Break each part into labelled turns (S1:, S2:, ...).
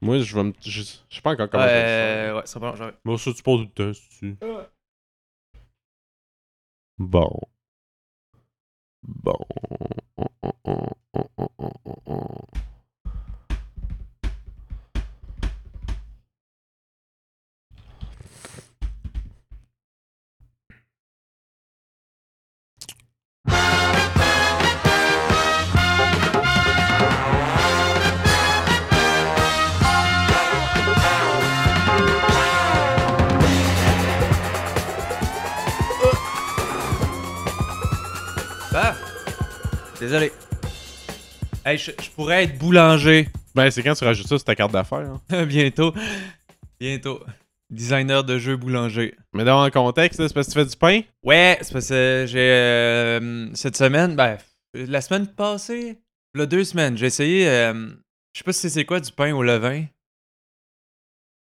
S1: Moi, je vais me. Je je sais pas encore comment je vais le faire.
S2: Euh, ouais, ça va, j'aurais.
S1: Bon, ça, tu poses tout le temps, si tu. Bon. Bon.
S2: Ah! Désolé. Hey, je, je pourrais être boulanger
S1: Ben, c'est quand tu rajoutes ça sur ta carte d'affaires. hein.
S2: bientôt. Bientôt. Designer de jeux boulanger.
S1: Mais dans le contexte, là, c'est parce que tu fais du pain.
S2: Ouais, c'est parce que j'ai. euh, cette semaine, ben, la semaine passée, là, deux semaines, j'ai essayé. euh, je sais pas si c'est quoi du pain au levain.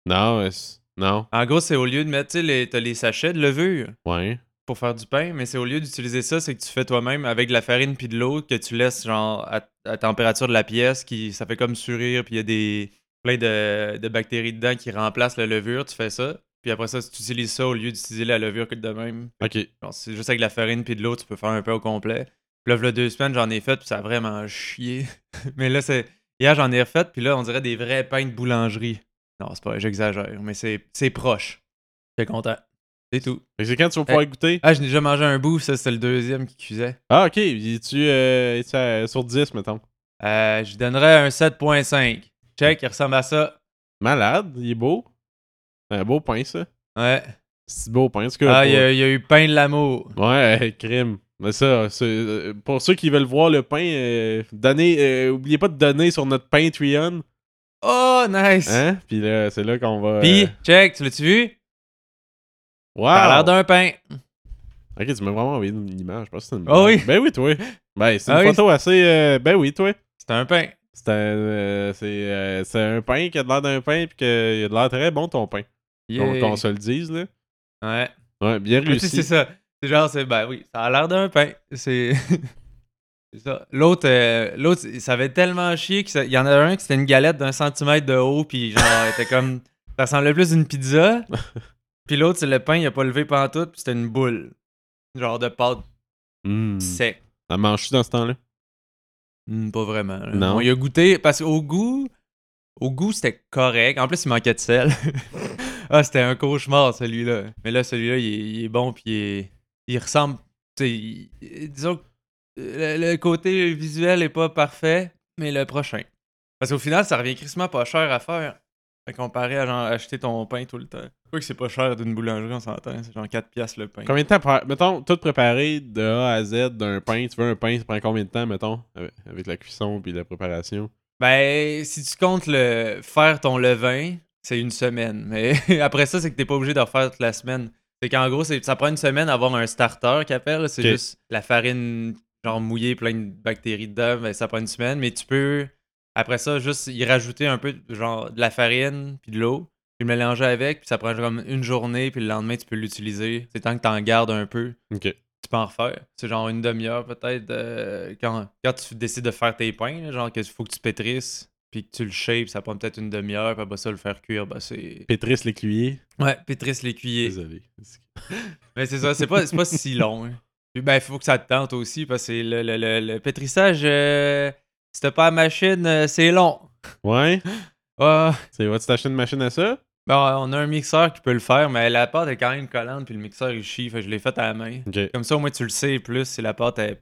S1: Non, mais c'est- non.
S2: En gros, c'est au lieu de mettre, tu sais, les- t'as les sachets de levure.
S1: Ouais.
S2: pour faire du pain, mais c'est au lieu d'utiliser ça, c'est que tu fais toi-même avec de la farine puis de l'eau que tu laisses genre à, à température de la pièce, qui ça fait comme surir, puis il y a des plein de, de bactéries dedans qui remplacent la levure, tu fais ça. Puis après ça, si tu utilises ça au lieu d'utiliser la levure que de même.
S1: Ok.
S2: Genre, c'est juste avec de la farine puis de l'eau, tu peux faire un peu au complet. Puis là, v'là deux semaines, j'en ai fait, puis ça a vraiment chié. mais là, c'est. Hier, j'en ai refait, puis là, on dirait des vrais pains de boulangerie. Non, c'est pas, j'exagère, mais c'est c'est proche. J'étais content. C'est tout.
S1: Fait que c'est quand tu vas pouvoir goûter.
S2: Ah, je n'ai déjà mangé un bout, ça, c'était le deuxième qui cuisait.
S1: Ah, ok. Es-tu euh, es-tu, euh, sur 10, mettons
S2: Euh, je lui donnerais un 7.5. Check, il ressemble à ça.
S1: Malade, il est beau. Un beau pain, ça.
S2: Ouais.
S1: C'est beau pain, en tout cas.
S2: Ah,
S1: pour-
S2: il y, a il y a eu pain de l'amour.
S1: Ouais, euh, crime. Mais ça, c'est, euh, pour ceux qui veulent voir le pain, euh, donnez, euh, oubliez pas de donner sur notre Patreon.
S2: Oh, nice!
S1: Hein? Puis là, c'est là qu'on va.
S2: Pis,
S1: euh,
S2: check, tu l'as-tu vu?
S1: wow!
S2: Ça a l'air d'un pain.
S1: Ok, tu m'as vraiment envoyé une image. Je pense que c'est une...
S2: Ah oui?
S1: Ben oui, toi. Ben, c'est une
S2: Ah oui,
S1: photo assez. euh, ben oui, toi.
S2: C'est un pain.
S1: C'est un, euh, c'est, euh, c'est un pain qui a de l'air d'un pain, puis qu'il a de l'air très bon, ton pain. Qu'on,
S2: Yeah.
S1: qu'on se le dise, là.
S2: Ouais.
S1: Ouais, bien
S2: Ah, si, C'est
S1: réussi.
S2: ça. C'est genre, c'est, ben oui, ça a l'air d'un pain. C'est. c'est ça. L'autre, euh, l'autre, ça avait tellement chier qu'il y en avait un qui c'était une galette d'un centimètre de haut, puis genre, elle était comme. Ça ressemblait plus d'une pizza. Puis l'autre, c'est le pain, il a pas levé pantoute, puis c'était une boule. Genre de pâte
S1: Hmm.
S2: sec.
S1: Ça mange-tu dans ce temps-là?
S2: Hmm, pas vraiment. là.
S1: Non.
S2: On y a goûté, parce qu'au goût. Au goût, c'était correct. En plus, il manquait de sel. ah, c'était un cauchemar, celui-là. Mais là, celui-là, il, est- il est bon, puis il, est- il ressemble. tu sais, il- il- disons que le, le côté visuel est pas parfait, mais le prochain. Parce qu'au final, ça revient crissement pas cher à faire. Fait comparé à genre, acheter ton pain tout le temps. Quoi que c'est pas cher d'une boulangerie, on s'entend. C'est genre 4 piastres le pain.
S1: Combien de temps, par- mettons, tout préparé de A à Z d'un pain, tu veux un pain, ça prend combien de temps, mettons, avec, avec la cuisson puis la préparation?
S2: Ben, si tu comptes le faire ton levain, c'est une semaine. Mais après ça, c'est que t'es pas obligé de refaire toute la semaine. C'est qu'en gros, c'est- ça prend une semaine à avoir un starter qui appelle. C'est
S1: Ok.
S2: juste la farine genre mouillée, plein de bactéries dedans. Ben, ça prend une semaine. Mais tu peux, après ça, juste y rajouter un peu genre de la farine puis de l'eau. Puis le mélanger avec. Puis ça prend comme une journée. Puis le lendemain, tu peux l'utiliser. C'est tant que t'en gardes un peu
S1: Ok.
S2: tu peux en refaire. C'est genre une demi-heure peut-être euh, quand, quand tu décides de faire tes pains, là, genre qu'il faut que tu pétrisses, puis que tu le shapes, ça prend peut-être une demi-heure, puis après ça, le faire cuire, bah c'est...
S1: Pétrisse l'écuyer.
S2: Ouais, pétrisse l'écuyer.
S1: Désolé.
S2: Mais Ben, c'est ça, c'est pas, c'est pas si long. hein. Puis ben, faut que ça te tente aussi, parce que c'est le, le, le- le pétrissage, euh, si t'as pas la machine, euh, c'est long.
S1: Ouais?
S2: Ah,
S1: C'est, vas-tu t'acheter une machine à ça?
S2: ben, on a un mixeur qui peut le faire, mais la pâte est quand même collante, puis le mixeur, il chie, fait que je l'ai fait à la main.
S1: Ok.
S2: Comme ça, au moins, tu le sais plus si la pâte est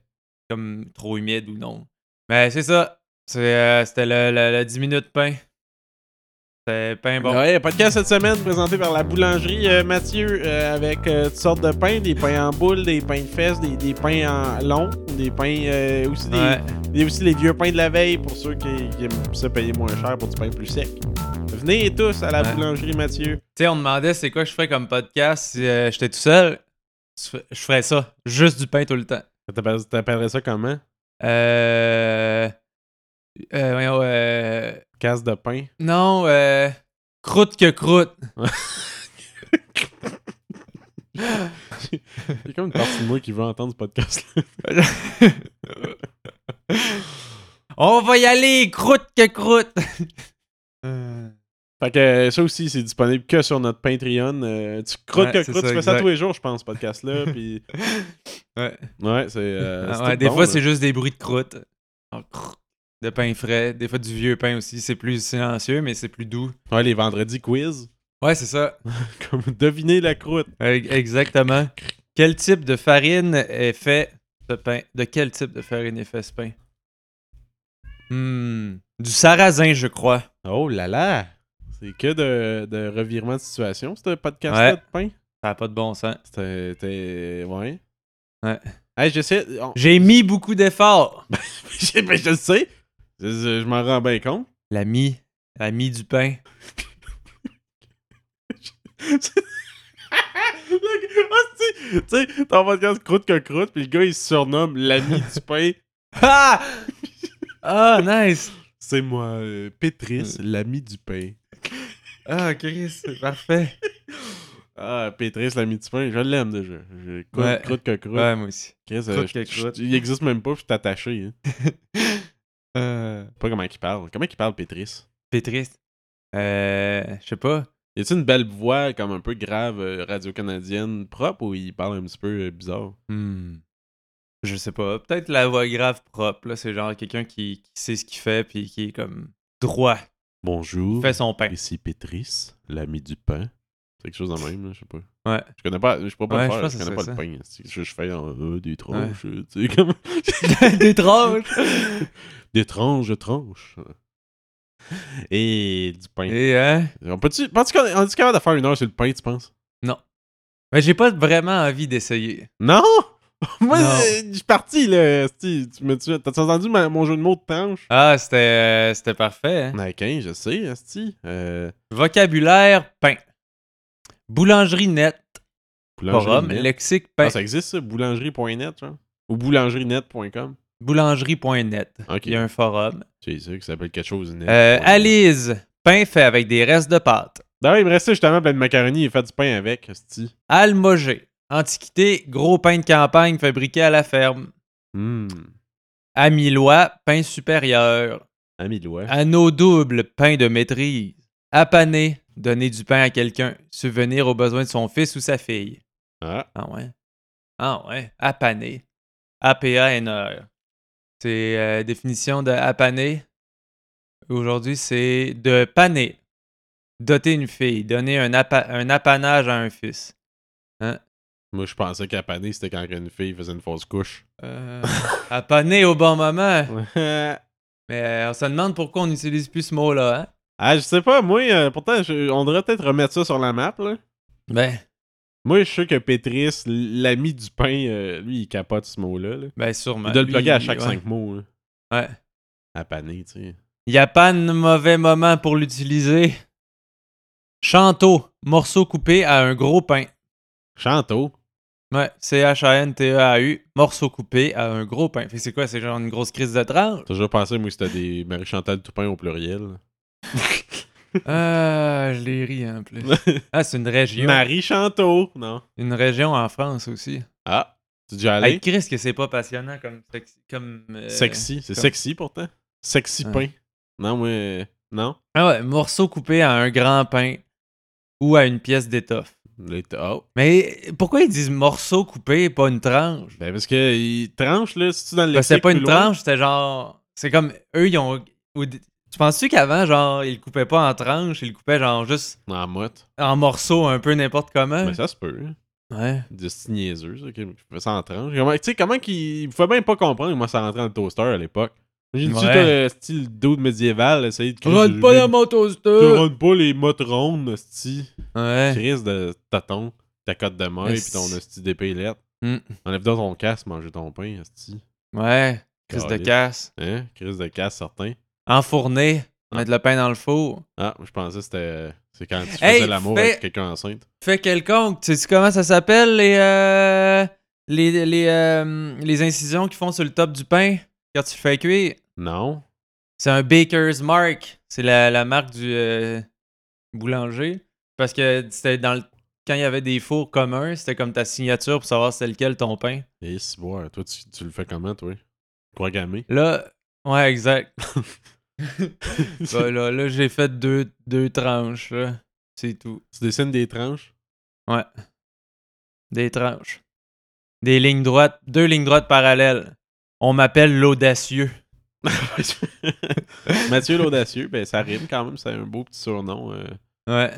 S2: comme trop humide ou non. Mais c'est ça. C'est, euh, C'était le, le- le 10 minutes pain. C'était pain bon.
S1: Ouais, podcast cette semaine présenté par la boulangerie euh, Mathieu euh, avec euh, toutes sortes de pains, des pains en boule, des pains de fesses, des, des pains en long, des pains euh, aussi des,
S2: Ouais.
S1: Il y a aussi les vieux pains de la veille pour ceux qui, qui aiment ça payer moins cher pour du pain plus sec. Venez tous à la
S2: Ouais.
S1: boulangerie Mathieu.
S2: Tu sais, on demandait c'est quoi je ferais comme podcast si euh, j'étais tout seul. Je ferais- je ferais ça. Juste du pain tout le temps.
S1: T'appelles- T'appellerais ça comment?
S2: Euh. euh, voyons, euh,
S1: Casse de pain.
S2: Non, euh. Croûte que croûte.
S1: C'est comme une partie de moi qui veut entendre ce podcast-là.
S2: On va y aller, croûte que croûte. Euh,
S1: Fait que ça aussi, c'est disponible que sur notre Patreon. Euh, tu croûtes
S2: Ouais,
S1: que
S2: c'est
S1: croûtes,
S2: ça,
S1: tu fais ça
S2: exact.
S1: tous les jours, je pense, ce podcast-là. puis...
S2: Ouais.
S1: Ouais, c'est. euh,
S2: Ah
S1: c'est
S2: ouais,
S1: tout
S2: des
S1: bon,
S2: fois,
S1: là. Oh,
S2: c'est juste des bruits de croûte. Genre, crrr, De pain frais. Des fois, du vieux pain aussi. C'est plus silencieux, mais c'est plus doux.
S1: Ouais, les vendredis quiz.
S2: Ouais, c'est ça.
S1: Comme deviner la croûte.
S2: Euh, Exactement. Quel type de farine est fait ce pain? De quel type de farine est fait ce pain? Hmm. Du sarrasin, je crois.
S1: Oh là là! C'est que de, de revirement de situation, ce podcast-là
S2: Ouais.
S1: de pain.
S2: Ça n'a pas de bon sens.
S1: C'était. t'es- Ouais.
S2: Ouais.
S1: Hey, j'essaie. on-
S2: J'ai mis beaucoup d'efforts.
S1: je ben, je le sais. Je, je- je m'en rends bien compte.
S2: La mie. La mie du pain.
S1: Le gars, hostie, tu sais, ton podcast croûte que croûte, puis le gars, il se surnomme l'ami du pain.
S2: Ah! Ah, nice!
S1: C'est moi, euh, Pétris, l'ami du pain.
S2: Ah, Chris, c'est parfait.
S1: Ah, Pétris, l'ami du pain, je l'aime déjà. Je croûte,
S2: Ouais.
S1: croûte que croûte.
S2: Ouais, moi aussi.
S1: Chris, euh,
S2: croûte
S1: je-
S2: que
S1: je-
S2: croûte.
S1: il existe même pas, je suis attaché. hein.
S2: Euh,
S1: Je sais Pas comment il parle. Comment il parle, Pétris?
S2: Pétriste. Euh, je sais pas.
S1: Y a-t-il une belle voix, comme un peu grave, euh, radio-canadienne propre, ou il parle un petit peu euh, bizarre?
S2: Hmm. Je sais pas. Peut-être la voix grave propre. Là, c'est genre quelqu'un qui, qui sait ce qu'il fait puis qui est comme droit,
S1: Bonjour.
S2: fait son pain.
S1: Ici Pétris, l'ami du pain. C'est quelque chose de même, là, je sais pas.
S2: Ouais.
S1: Je connais pas, je pourrais pas
S2: Ouais,
S1: le
S2: je
S1: faire,
S2: pense
S1: je,
S2: que
S1: connais pas
S2: c'est
S1: le pain. c'est- Je, je fais en euh, des tranches, euh, tu sais, comme...
S2: Des tranches.
S1: des tranches, tranches. Et du pain.
S2: Et hein?
S1: On peut-tu... Penses-tu qu'on on est capable de faire une heure sur le pain, tu penses?
S2: Mais j'ai pas vraiment envie d'essayer.
S1: Non! Moi, euh,
S2: Non.
S1: je je suis parti, là, esti, tu me tues. T'as-tu entendu ma- mon jeu de mots de tranche?
S2: Ah, c'était, euh, c'était parfait. hein?
S1: Ok, je sais, esti. Euh,
S2: Vocabulaire pain. Boulangerie net.
S1: boulangerie
S2: Forum.
S1: net.
S2: Lexique
S1: Ah,
S2: pain.
S1: ça existe, ça? Boulangerie.net, genre? Ou boulangerienet.com?
S2: Boulangerie.net.
S1: Ok.
S2: Il y a un forum.
S1: C'est sûr que ça s'appelle quelque chose. net.
S2: Euh,
S1: Ouais.
S2: Alice. Pain fait avec des restes de pâte.
S1: Non, il me restait justement plein de macaroni et fait du pain avec, esti.
S2: Almogé. Antiquité. Gros pain de campagne fabriqué à la ferme. Hmm.
S1: Hum.
S2: Amilois, pain supérieur.
S1: Ami Louis.
S2: Anneau double, pain de maîtrise. Apané, donner du pain à quelqu'un. Subvenir aux besoins de son fils ou sa fille.
S1: Ah.
S2: Ah ouais. Ah ouais. Apané. APANE. E C'est euh, définition de apané. Aujourd'hui, c'est de paner. Doter une fille. Donner un, apa- un apanage à un fils.
S1: Moi, je pensais qu'à paner, c'était quand une fille faisait une fausse couche.
S2: Euh, apané au bon moment.
S1: ah,
S2: Mais euh, on se demande pourquoi on n'utilise plus ce mot-là. Hein?
S1: Ah, je sais pas, moi, euh, pourtant, je- on devrait peut-être remettre ça sur la map, là.
S2: Ben,
S1: Moi, je sais que Pétris, l'ami du pain, euh, lui, il capote ce mot-là. là.
S2: Ben, sûrement.
S1: Il doit le
S2: Lui,
S1: plugger à chaque
S2: ouais.
S1: cinq mots. là.
S2: Ouais.
S1: À paner, tu sais.
S2: Il n'y a pas de mauvais moment pour l'utiliser. Chanteau, morceau coupé à un gros pain.
S1: Chanteau.
S2: Ouais, C-H-A-N-T-E-A-U, E morceau coupé à un gros pain. Fait que c'est quoi, c'est genre une grosse crise de tranche?
S1: T'as toujours pensé, moi, que c'était des Marie-Chantal Toupin au pluriel.
S2: Ah, je les ris en plus. Ah, c'est une région.
S1: Marie Chanteau, non.
S2: Une région en France aussi.
S1: Ah, tu es déjà allé?
S2: Hey, Chris, que c'est pas passionnant comme. sexy- comme euh,
S1: Sexy, c'est
S2: comme-
S1: sexy pourtant. Sexy
S2: Ouais.
S1: pain. Non, moi, euh, non.
S2: Ah ouais, morceau coupé à un grand pain ou à une pièce d'étoffe.
S1: Les t- oh.
S2: Mais pourquoi ils disent morceau coupé et pas une tranche?
S1: Ben parce que il tranche là, si tu dans le
S2: Parce que c'était
S1: lexique
S2: Ben, pas
S1: plus
S2: une
S1: loin-
S2: tranche, c'était genre. C'est comme eux, ils ont. au dé- Tu penses-tu qu'avant, genre, ils le coupaient pas en tranches, ils le coupaient genre juste
S1: En Ah, motte.
S2: en morceaux un peu n'importe comment?
S1: Mais ça se peut. hein.
S2: Ouais.
S1: De ce niaiseux, ça, qui fait ça en tranche. Comment- Tu sais, comment qu'il. Il pouvait bien pas comprendre que moi ça rentrait dans le toaster à l'époque. J'ai dit,
S2: Ouais.
S1: le style dude médiéval, essayer de.
S2: Rentre pas dans mon
S1: Tu
S2: toaster!
S1: rentres pas les mottes rondes, hostie.
S2: Ouais.
S1: Crise de tâton, ta cote de maille,
S2: Mais
S1: puis ton
S2: si-
S1: hostie d'épée lettre.
S2: Hmm.
S1: Enlève donc ton casse, mange ton pain, hostie.
S2: Ouais. Crise de
S1: Caliste.
S2: casse.
S1: Hein? Crise de casse, certain.
S2: Enfourner. Mettre le pain dans le four.
S1: Ah, je pensais que c'était. C'est quand tu
S2: Hey,
S1: faisais l'amour
S2: fais-
S1: avec quelqu'un enceinte.
S2: Fait quelconque. Tu sais comment ça s'appelle les. euh, les, les, euh, les incisions qu'ils font sur le top du pain quand tu le fais cuire?
S1: Non.
S2: C'est un Baker's Mark. C'est la, la marque du euh, boulanger. Parce que c'était dans le... quand il y avait des fours communs, c'était comme ta signature pour savoir c'est lequel ton pain.
S1: Et si boire. Toi, tu, tu le fais comment, toi Programmé.
S2: Là, ouais, exact. Là, là, là, j'ai fait deux, deux tranches, là. C'est tout.
S1: Tu dessines des tranches.
S2: Ouais. Des tranches. Des lignes droites, deux lignes droites parallèles. On m'appelle l'audacieux.
S1: Mathieu l'audacieux, ben ça rime quand même, c'est un beau petit surnom euh,
S2: Ouais.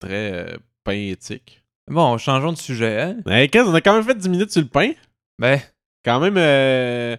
S1: très euh, pain éthique.
S2: Bon, changeons de sujet, hein?
S1: Ben, qu'est-ce, on a quand même fait 10 minutes sur le pain.
S2: Ben,
S1: Quand même, euh,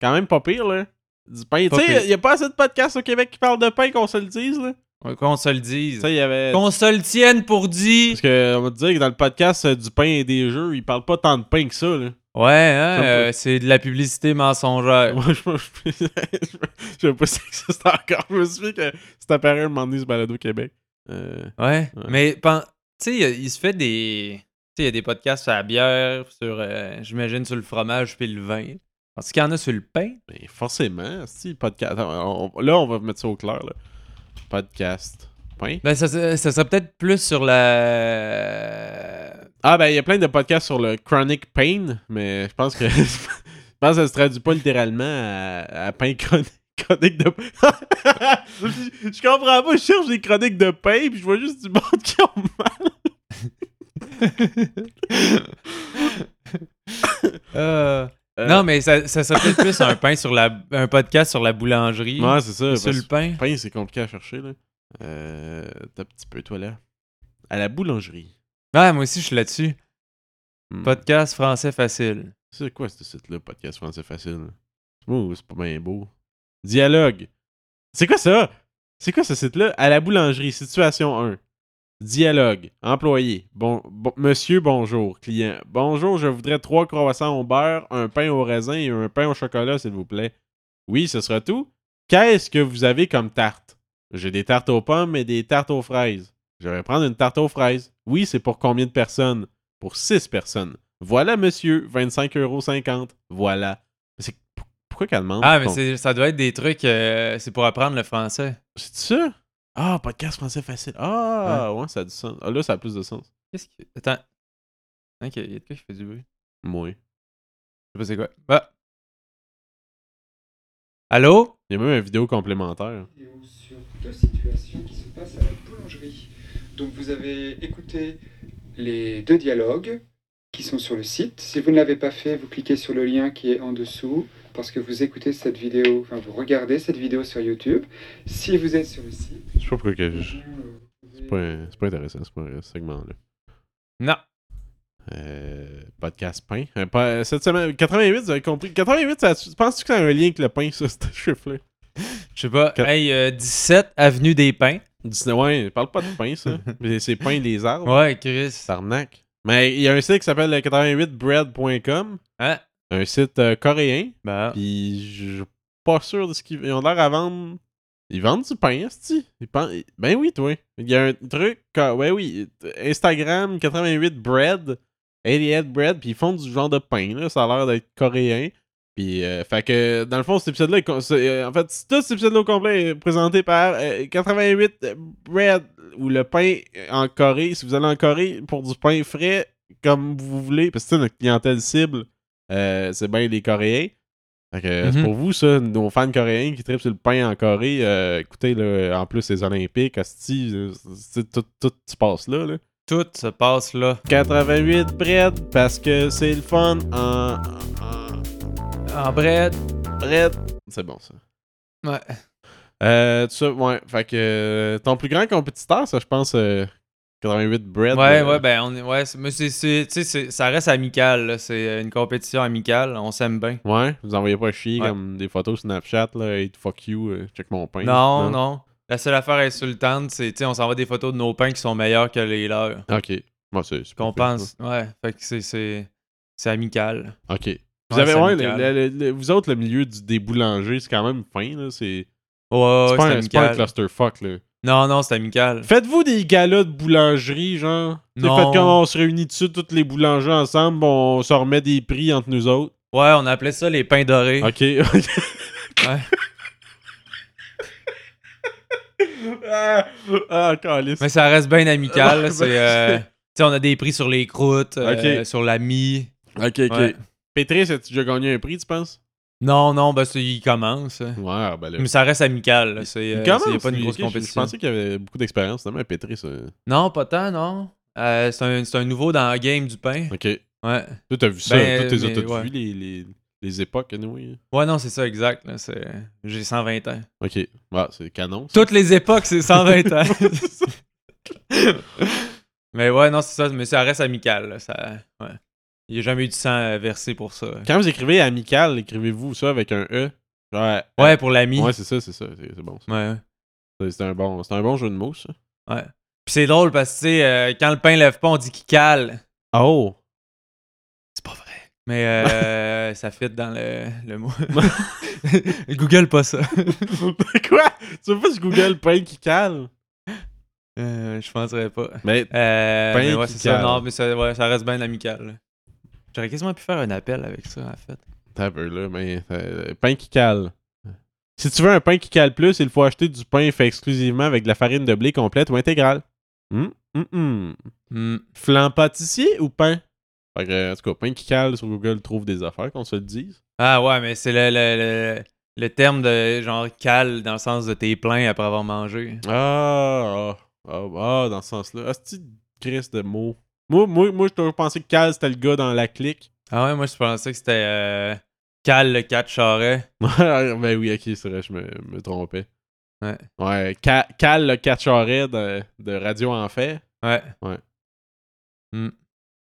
S1: quand même pas pire, là. Du pain. Tu
S2: Pas
S1: sais,
S2: pire.
S1: il n'y a pas assez de podcasts au Québec qui parlent de pain, qu'on se le dise, là.
S2: qu'on se le
S1: Tu
S2: dise.
S1: sais, il y avait.
S2: Qu'on se le tienne pour dire.
S1: Parce qu'on va te dire que dans le podcast euh, du pain et des jeux, ils parlent pas tant de pain que ça, là.
S2: Ouais, hein,
S1: Comme
S2: euh,
S1: peu.
S2: c'est de la publicité mensongère.
S1: Moi, je je- je- je sais pas si ça existe encore. Je me suis dit que c'est apparu un moment donné, ce balado Québec. Euh,
S2: Ouais.
S1: Ouais.
S2: Mais, pen- tu sais, il- il se fait des. Tu sais, il y a des podcasts sur la bière, sur, euh, j'imagine, sur le fromage puis le vin. Parce qu'il y en a sur le pain.
S1: ben, forcément, si, podcast. on- on- là, on va mettre ça au clair, là. Podcast. Pain.
S2: Ben, ça, se- ça serait peut-être plus sur la.
S1: Ah, ben, il y a plein de podcasts sur le chronic pain, mais je pense que. je pense que ça se traduit pas littéralement à, à pain chronique. chronique de... je, je comprends pas, je cherche des chroniques de pain, puis je vois juste du monde qui ont
S2: Euh,
S1: Euh.
S2: Non, mais ça, ça serait peut-être plus un, pain sur la, un podcast sur la boulangerie.
S1: mal. Ouais, c'est ça.
S2: sur le pain.
S1: pain, c'est compliqué à chercher, là. Euh, t'as un petit peu, toi, là. À la boulangerie.
S2: Ouais, moi aussi, je suis là-dessus.
S1: Hmm.
S2: Podcast français facile.
S1: C'est quoi ce site-là, podcast français facile? Oh, c'est pas bien beau. Dialogue. C'est quoi ça? C'est quoi ce site-là? À la boulangerie, situation 1. Dialogue. Employé. Bon, bon- monsieur, bonjour. Client. Bonjour, je voudrais trois croissants au beurre, un pain au raisin et un pain au chocolat, s'il vous plaît. Oui, ce sera tout. Qu'est-ce que vous avez comme tarte? J'ai des tartes aux pommes et des tartes aux fraises. Je vais prendre une tarte aux fraises. Oui, c'est pour combien de personnes? Pour 6 personnes. Voilà, monsieur, 25,50€. Voilà. Mais c'est- Pourquoi qu'elle demande?
S2: Ah, mais
S1: ton-
S2: c'est- ça doit être des trucs. euh, c'est pour apprendre le français.
S1: c'est ça? Ah, podcast français facile. Ah, ouais. ça a du sens. Ah, là, ça a plus de sens.
S2: Qu'est-ce que. Attends. Ok, il y a de quoi qui fait du bruit.
S1: Moins.
S2: Je sais pas c'est quoi. Ah. Allô?
S1: Il y a même une vidéo complémentaire.
S3: vidéo sur deux situations qui se passent à la boulangerie. Donc vous avez écouté les deux dialogues qui sont sur le site. Si vous ne l'avez pas fait, vous cliquez sur le lien qui est en dessous parce que vous écoutez cette vidéo, enfin vous regardez cette vidéo sur YouTube. Si vous êtes sur le site,
S1: Je sais pas pourquoi que je-
S3: eh bien, euh, vous
S1: C'est
S3: pouvez-
S1: pas, un- c'est pas intéressant, c'est pas un segment-là.
S2: Non.
S1: Euh, podcast pain. Euh, pas- Cette semaine, 88, vous avez compris. 88, ça, penses-tu que ça a un lien avec le pain, ça, ce chiffre-là?
S2: Je sais pas.
S1: Quatre-
S2: Hey, euh, 17 Avenue des Pins.
S1: 19, ouais, parle pas de pain, ça. Mais c'est pain des arbres.
S2: Ouais, Chris.
S1: C'est arnaque. Mais il y a un site qui s'appelle 88bread.com.
S2: Hein?
S1: Un site euh, coréen.
S2: Ben,
S1: Puis je je suis pas sûr de ce qu'ils ils ont l'air à vendre. Ils vendent du pain, esti. Ils pen- ils- Ben oui, toi. Il y a un truc. que- Ouais, oui. Instagram 88 bread. 88 bread. Puis ils font du genre de pain, là. Ça a l'air d'être coréen. Puis, euh, fait que, dans le fond, cet épisode-là, est con- c'est, euh, en fait, c'est- tout cet épisode-là au complet est présenté par euh, 88 Bread, ou le pain en Corée. Si vous allez en Corée pour du pain frais, comme vous voulez, parce que c'est notre clientèle cible, euh, c'est bien les Coréens. Fait que, euh, c'est
S2: Mhm.
S1: pour vous, ça, nos fans coréens qui tripent sur le pain en Corée, euh, écoutez, là, en plus, les Olympiques, hostie, euh, c'est- tout, tout se passe là, là.
S2: tout se passe là.
S1: 88 Bread, parce que c'est le fun en- en
S2: En bref.
S1: Red. C'est bon, ça.
S2: Ouais.
S1: Euh, tout ça, ouais. Fait que euh, ton plus grand compétiteur, ça, je pense, euh, 88 Bread.
S2: Ouais,
S1: euh,
S2: ouais, ben, on est. Ouais, c'est- mais c'est. c'est- Tu sais, c'est- ça reste amical, là. C'est euh, une compétition amicale. On s'aime bien.
S1: Ouais, vous envoyez pas chier
S2: Ouais.
S1: comme des photos Snapchat, là, hey, fuck you, euh, check mon pain.
S2: Non, non, La seule affaire insultante, c'est, tu sais, on s'envoie des photos de nos pains qui sont meilleurs que les leurs.
S1: Ok. Moi, c'est c'est
S2: Qu'on
S1: pas fait,
S2: pense. Ouais, fait que c'est- c'est. C'est amical.
S1: ça. Ok. Vous
S2: Ouais,
S1: avez,
S2: c'est
S1: ouais,
S2: amical.
S1: le- le- le- le- vous autres, le milieu du, des boulangers, c'est quand même fin, là. C'est
S2: Ouais, Ah ouais,
S1: c'est
S2: ouais,
S1: pas,
S2: c'est
S1: un- c'est pas un
S2: amical.
S1: clusterfuck, là.
S2: Non, non, c'est amical.
S1: Faites-vous des galas de boulangerie, genre. T'sais,
S2: Non.
S1: Faites comme on se réunit dessus, tous les boulangers ensemble, on se remet des prix entre nous autres.
S2: Ouais, on appelait ça les pains dorés.
S1: Ok, ok. ah, ah, calice.
S2: Mais ça reste bien amical. là,
S1: Ben,
S2: c'est, euh,
S1: c'est-
S2: tu sais, on a des prix sur les croûtes, euh,
S1: Ok.
S2: sur la mie.
S1: Ok, ok.
S2: Ouais.
S1: Pétris, as-tu déjà gagné un prix, tu penses?
S2: Non, non, ben, c'est- il commence. hein.
S1: Ouais, ben là.
S2: Mais ça reste amical. là, C'est, euh,
S1: Il
S2: c'est-
S1: commence,
S2: il y a pas une
S1: lui,
S2: grosse
S1: ok, je-
S2: compétition.
S1: Je pensais qu'il avait beaucoup d'expérience. Finalement, euh. il a pétré ça.
S2: Non, pas tant, non. Euh, c'est, un, c'est un nouveau dans le game du pain.
S1: Ok. Toi,
S2: Ouais.
S1: t'as vu ça. Toi,
S2: Ben,
S1: t'es-
S2: mais,
S1: t'as
S2: ouais.
S1: vu les, les, les époques, anyway.
S2: Ouais, non, c'est ça, exact. là, c'est... J'ai 120 ans.
S1: Ok. Ouais, c'est canon. ça.
S2: Toutes les époques, c'est 120 ans. mais ouais, non, c'est ça. Mais ça reste amical. là, ça... ouais. Il n'y a jamais eu du sang euh, versé pour ça.
S1: Quand vous écrivez amical, écrivez-vous ça avec un E. Ouais.
S2: Ouais, pour l'ami.
S1: Ouais, c'est ça, c'est ça. C'est c'est bon. ça.
S2: Ouais, ouais.
S1: C'est- C'est un, bon, c'est un bon jeu de mots, ça.
S2: Puis c'est drôle parce que, tu sais, euh, quand le pain lève pas, on dit qu'il cale.
S1: Oh!
S2: C'est pas vrai. Mais euh, ça fit dans le, le mot. Google pas ça.
S1: Quoi? Tu veux pas que Google pain qui cale?
S2: Euh, je penserais pas.
S1: Mais
S2: Euh,
S1: Pain
S2: mais ouais,
S1: qui
S2: c'est ça.
S1: cale.
S2: Non, mais ça, ouais, ça reste bien amical. là. J'aurais quasiment pu faire un appel avec ça, en fait.
S1: T'as un peu, là, mais euh, pain qui cale. Si tu veux un pain qui cale plus, il faut acheter du pain fait exclusivement avec de la farine de blé complète ou intégrale. Hum, hum, hum.
S2: Hmm.
S1: Flan pâtissier ou pain? Fait que, en tout cas, pain qui cale sur Google trouve des affaires, qu'on se le dise.
S2: Ah ouais, mais c'est le, le, le, le terme de genre cale dans le sens de t'es plein après avoir mangé.
S1: Ah, ah, ah, ah, dans ce sens-là. Ah, c'est crise de mots. Moi, moi, moi, je toujours pensé que cale, c'était le gars dans la clique.
S2: Ah ouais, moi je pensais que c'était euh, cale le 4 charret.
S1: ben oui, ok, c'est vrai, je me, me trompais.
S2: Ouais.
S1: Ouais, Ca- Cal le catcharet de, de Radio En Fait.
S2: Ouais.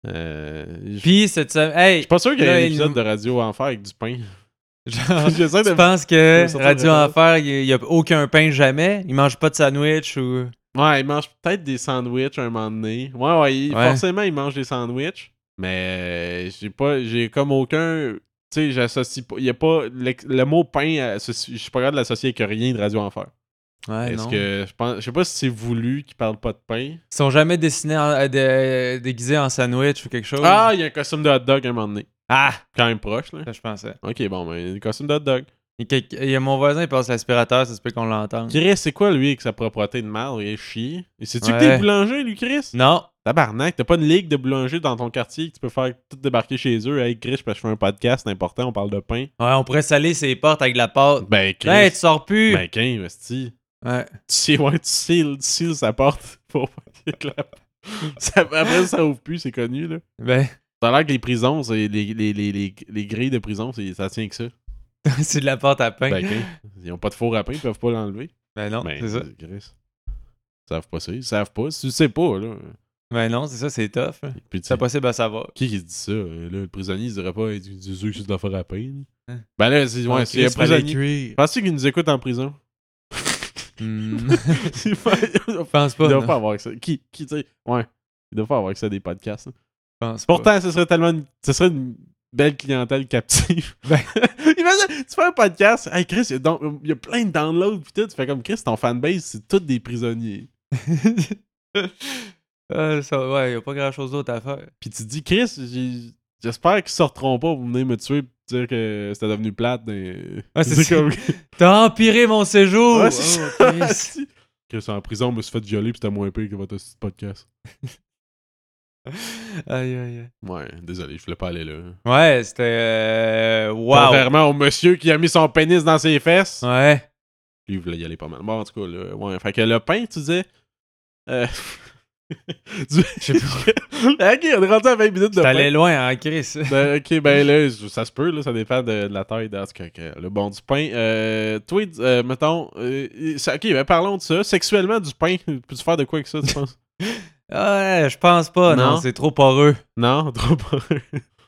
S1: Euh, je-
S2: Puis cette semaine.
S1: Je
S2: Hey!
S1: suis pas sûr qu'il y
S2: Là,
S1: ait un
S2: il
S1: épisode
S2: nous-
S1: de Radio Enfer avec du pain.
S2: Genre,
S1: J'essaie de-
S2: tu
S1: de
S2: penses que
S1: me sortir
S2: Radio
S1: une référence.
S2: Enfer, il n'y a aucun pain jamais? Il mange pas de sandwich ou.
S1: Ouais, il mange peut-être des sandwichs un moment donné. Ouais, ouais, il-
S2: Ouais.
S1: forcément, il mange des sandwichs. Mais euh, j'ai pas, j'ai comme aucun. Tu sais, j'associe pas. Il y a pas. Le, le mot pain, associe- je suis pas capable de l'associer avec rien de Radio Enfer.
S2: Ouais,
S1: Est-ce
S2: Ah, non.
S1: que. Je pense, je sais pas si c'est voulu qu'il parle pas de pain.
S2: Ils sont jamais dessinés en- euh, dé- déguisés en sandwich ou quelque chose?
S1: Ah, il y a un costume de hot dog un moment donné.
S2: Oh. Ah!
S1: Quand même proche, là.
S2: Ça, je pensais.
S1: Ok, bon, ben, il y a un costume de hot dog.
S2: Il y a, quelqu'un- il y a mon voisin, il passe l'aspirateur, ça se peut qu'on l'entende.
S1: Chris, c'est quoi lui avec sa propreté de merde? Il est chier. Et c'est-tu que
S2: Ouais.
S1: t'es boulanger, lui, Chris?
S2: Non!
S1: Tabarnak, t'as pas une ligue de boulangers dans ton quartier que tu peux faire tout débarquer chez eux. Hey, Chris, parce que je fais un podcast, c'est important, on parle de pain.
S2: Ouais, on pourrait saler ses portes avec de la pâte.
S1: Ben, Chris.
S2: Hey, tu sors plus!
S1: ben, qu'un, hostie.
S2: Ouais.
S1: Tu sais, ouais, tu seals, tu seals sa porte pour pas qu'il clappe. Ça- Après, ça ouvre plus, c'est connu, là.
S2: Ben,
S1: Ça a l'air que les prisons, c'est- les, les, les, les, les grilles de prison, c'est- ça tient que ça.
S2: c'est de la pâte à pain.
S1: Ben,
S2: Ben,
S1: qu'un. Ils ont pas de four à pain, ils peuvent pas l'enlever.
S2: non,
S1: ben,
S2: c'est ça.
S1: Chris. Ils savent pas ça, ils savent pas. Si tu sais pas, là.
S2: Ben non, c'est ça, c'est tough. hein.
S1: Puis, tu
S2: C'est impossible à savoir.
S1: Qui qui se dit ça? euh, Là, le prisonnier, il se dirait pas, hey, tu dis que c'est de la faire à peine.
S2: Hein?
S1: Ben là, c'est ouais, c'est un prisonnier.
S2: cuire.
S1: Pensez qu'il nous écoute en prison. Il fa- il
S2: Je Hmm. pense pas.
S1: doit
S2: non.
S1: pas avoir que ça. Qui, qui, tu sais, ouais. Il doit pas avoir que ça des podcasts. hein.
S2: Je pense pas.
S1: Pourtant, ce serait tellement. Une, ce serait une belle clientèle captive.
S2: Ben-
S1: Imagine, tu fais un podcast. Hey Chris, il y a, donc- il y a plein de downloads. Pis tout. Tu fais comme Chris, ton fanbase, c'est tous des prisonniers.
S2: Euh, ça, ouais, y a pas grand chose d'autre à faire.
S1: Puis tu te dis, Chris, j'ai- j'espère qu'ils sortiront pas pour venir me tuer. Pis dire que c'était devenu plate. mais-
S2: Ah, c'est ça.
S1: comme-
S2: T'as empiré mon séjour!
S1: Ouais, c'est
S2: Oh,
S1: ça,
S2: Christ.
S1: asti. Ah, Chris, en prison, je me suis fait violer, puis c'était moins pire que votre esti de podcast.
S2: Aïe, aïe, aïe.
S1: Ouais, désolé, je voulais pas aller là.
S2: Ouais, c'était. Euh... Wow!
S1: Contrairement au monsieur qui a mis son pénis dans ses fesses,
S2: Ouais.
S1: lui, il voulait y aller pas mal. Bon, en tout cas, là, ouais. Fait que le pain, tu disais. Euh... du-
S2: Je sais pas.
S1: ok, on est rendu à 20 minutes de
S2: T'allais
S1: pain.
S2: loin, hein, Chris.
S1: Ben, ok, ben là, je- ça se peut, là, ça dépend de, de la taille. De... en tout cas, ok, le bon du pain. Euh, toi, d- euh, mettons. euh, ça- ok, ben parlons de ça. Sexuellement, du pain, peux-tu faire de quoi avec ça, tu penses
S2: Ouais, je pense pas, non,
S1: Non.
S2: c'est trop poreux.
S1: Non, trop pas.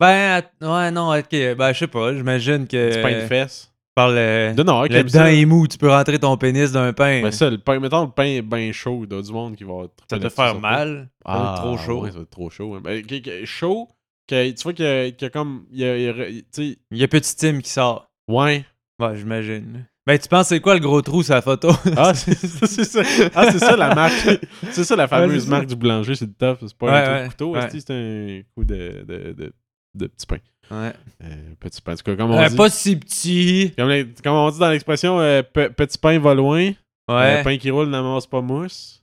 S2: Ben, att- ouais, non, ok, ben, je sais pas, j'imagine que.
S1: Du pain de fesse.
S2: Par le.
S1: Non, non, ok,
S2: le
S1: mais
S2: dedans
S1: ça,
S2: est mou, tu peux rentrer ton pénis d'un pain.
S1: mais ça, le pain, mettons le pain bien chaud, il y a du monde qui va tripper
S2: ça te
S1: là-dessus,
S2: faire
S1: surtout.
S2: mal. ça
S1: Ah,
S2: va être trop chaud.
S1: ouais, ça va être trop chaud. hein. Ben, ok, ok, chaud, que, tu vois qu'il y a, qu'il y a comme. il y a- il y a- tu sais,
S2: Il y a petit Tim qui sort.
S1: ouais.
S2: Ouais, j'imagine. Ben, tu penses, c'est quoi le gros trou sur la photo?
S1: Ah, c'est c'est ça. Ah, c'est ça la marque. C'est ça la fameuse marque du boulanger, c'est le top. C'est pas
S2: Ouais,
S1: un
S2: ouais,
S1: coup de couteau,
S2: ouais.
S1: esti, c'est un coup de, de, de, de petit pain.
S2: Ouais.
S1: Euh, petit pain. En tout cas, comme on
S2: Euh,
S1: dit.
S2: pas si petit.
S1: Comme, les- comme on dit dans l'expression, euh, pe- petit pain va loin,
S2: Ouais.
S1: euh, pain qui roule n'amasse pas mousse.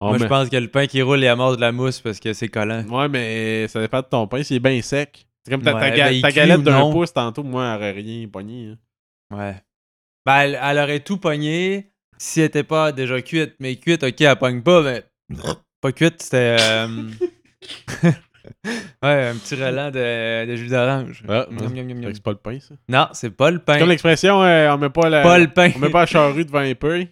S1: On
S2: Moi, je
S1: met-
S2: pense que le pain qui roule est à mort de la mousse parce que c'est collant.
S1: Ouais, mais ça dépend de ton pain, s'il est bien sec. C'est comme ta, ta
S2: Ouais,
S1: ga-
S2: ben, il
S1: ta
S2: cuit
S1: galette
S2: ou
S1: d'un
S2: non.
S1: pouce tantôt, moi, elle aurait rien pogné. hein.
S4: Ouais. Ben, elle, elle aurait tout pogné si elle était pas déjà cuite. Mais cuite, ok, elle pogne pas, mais pas cuite, c'était. euh, ouais, un petit relent de, de jus d'orange.
S1: Ah,
S4: Miam, miam,
S2: Mm.
S4: miam, miam.
S1: Fait que C'est pas le pain, ça.
S4: Non, c'est pas le
S2: Ben,
S1: C'est Comme
S4: pain.
S1: l'expression, euh, on met pas la.
S4: Pas le pain.
S1: On met pas la charrue devant les peuls.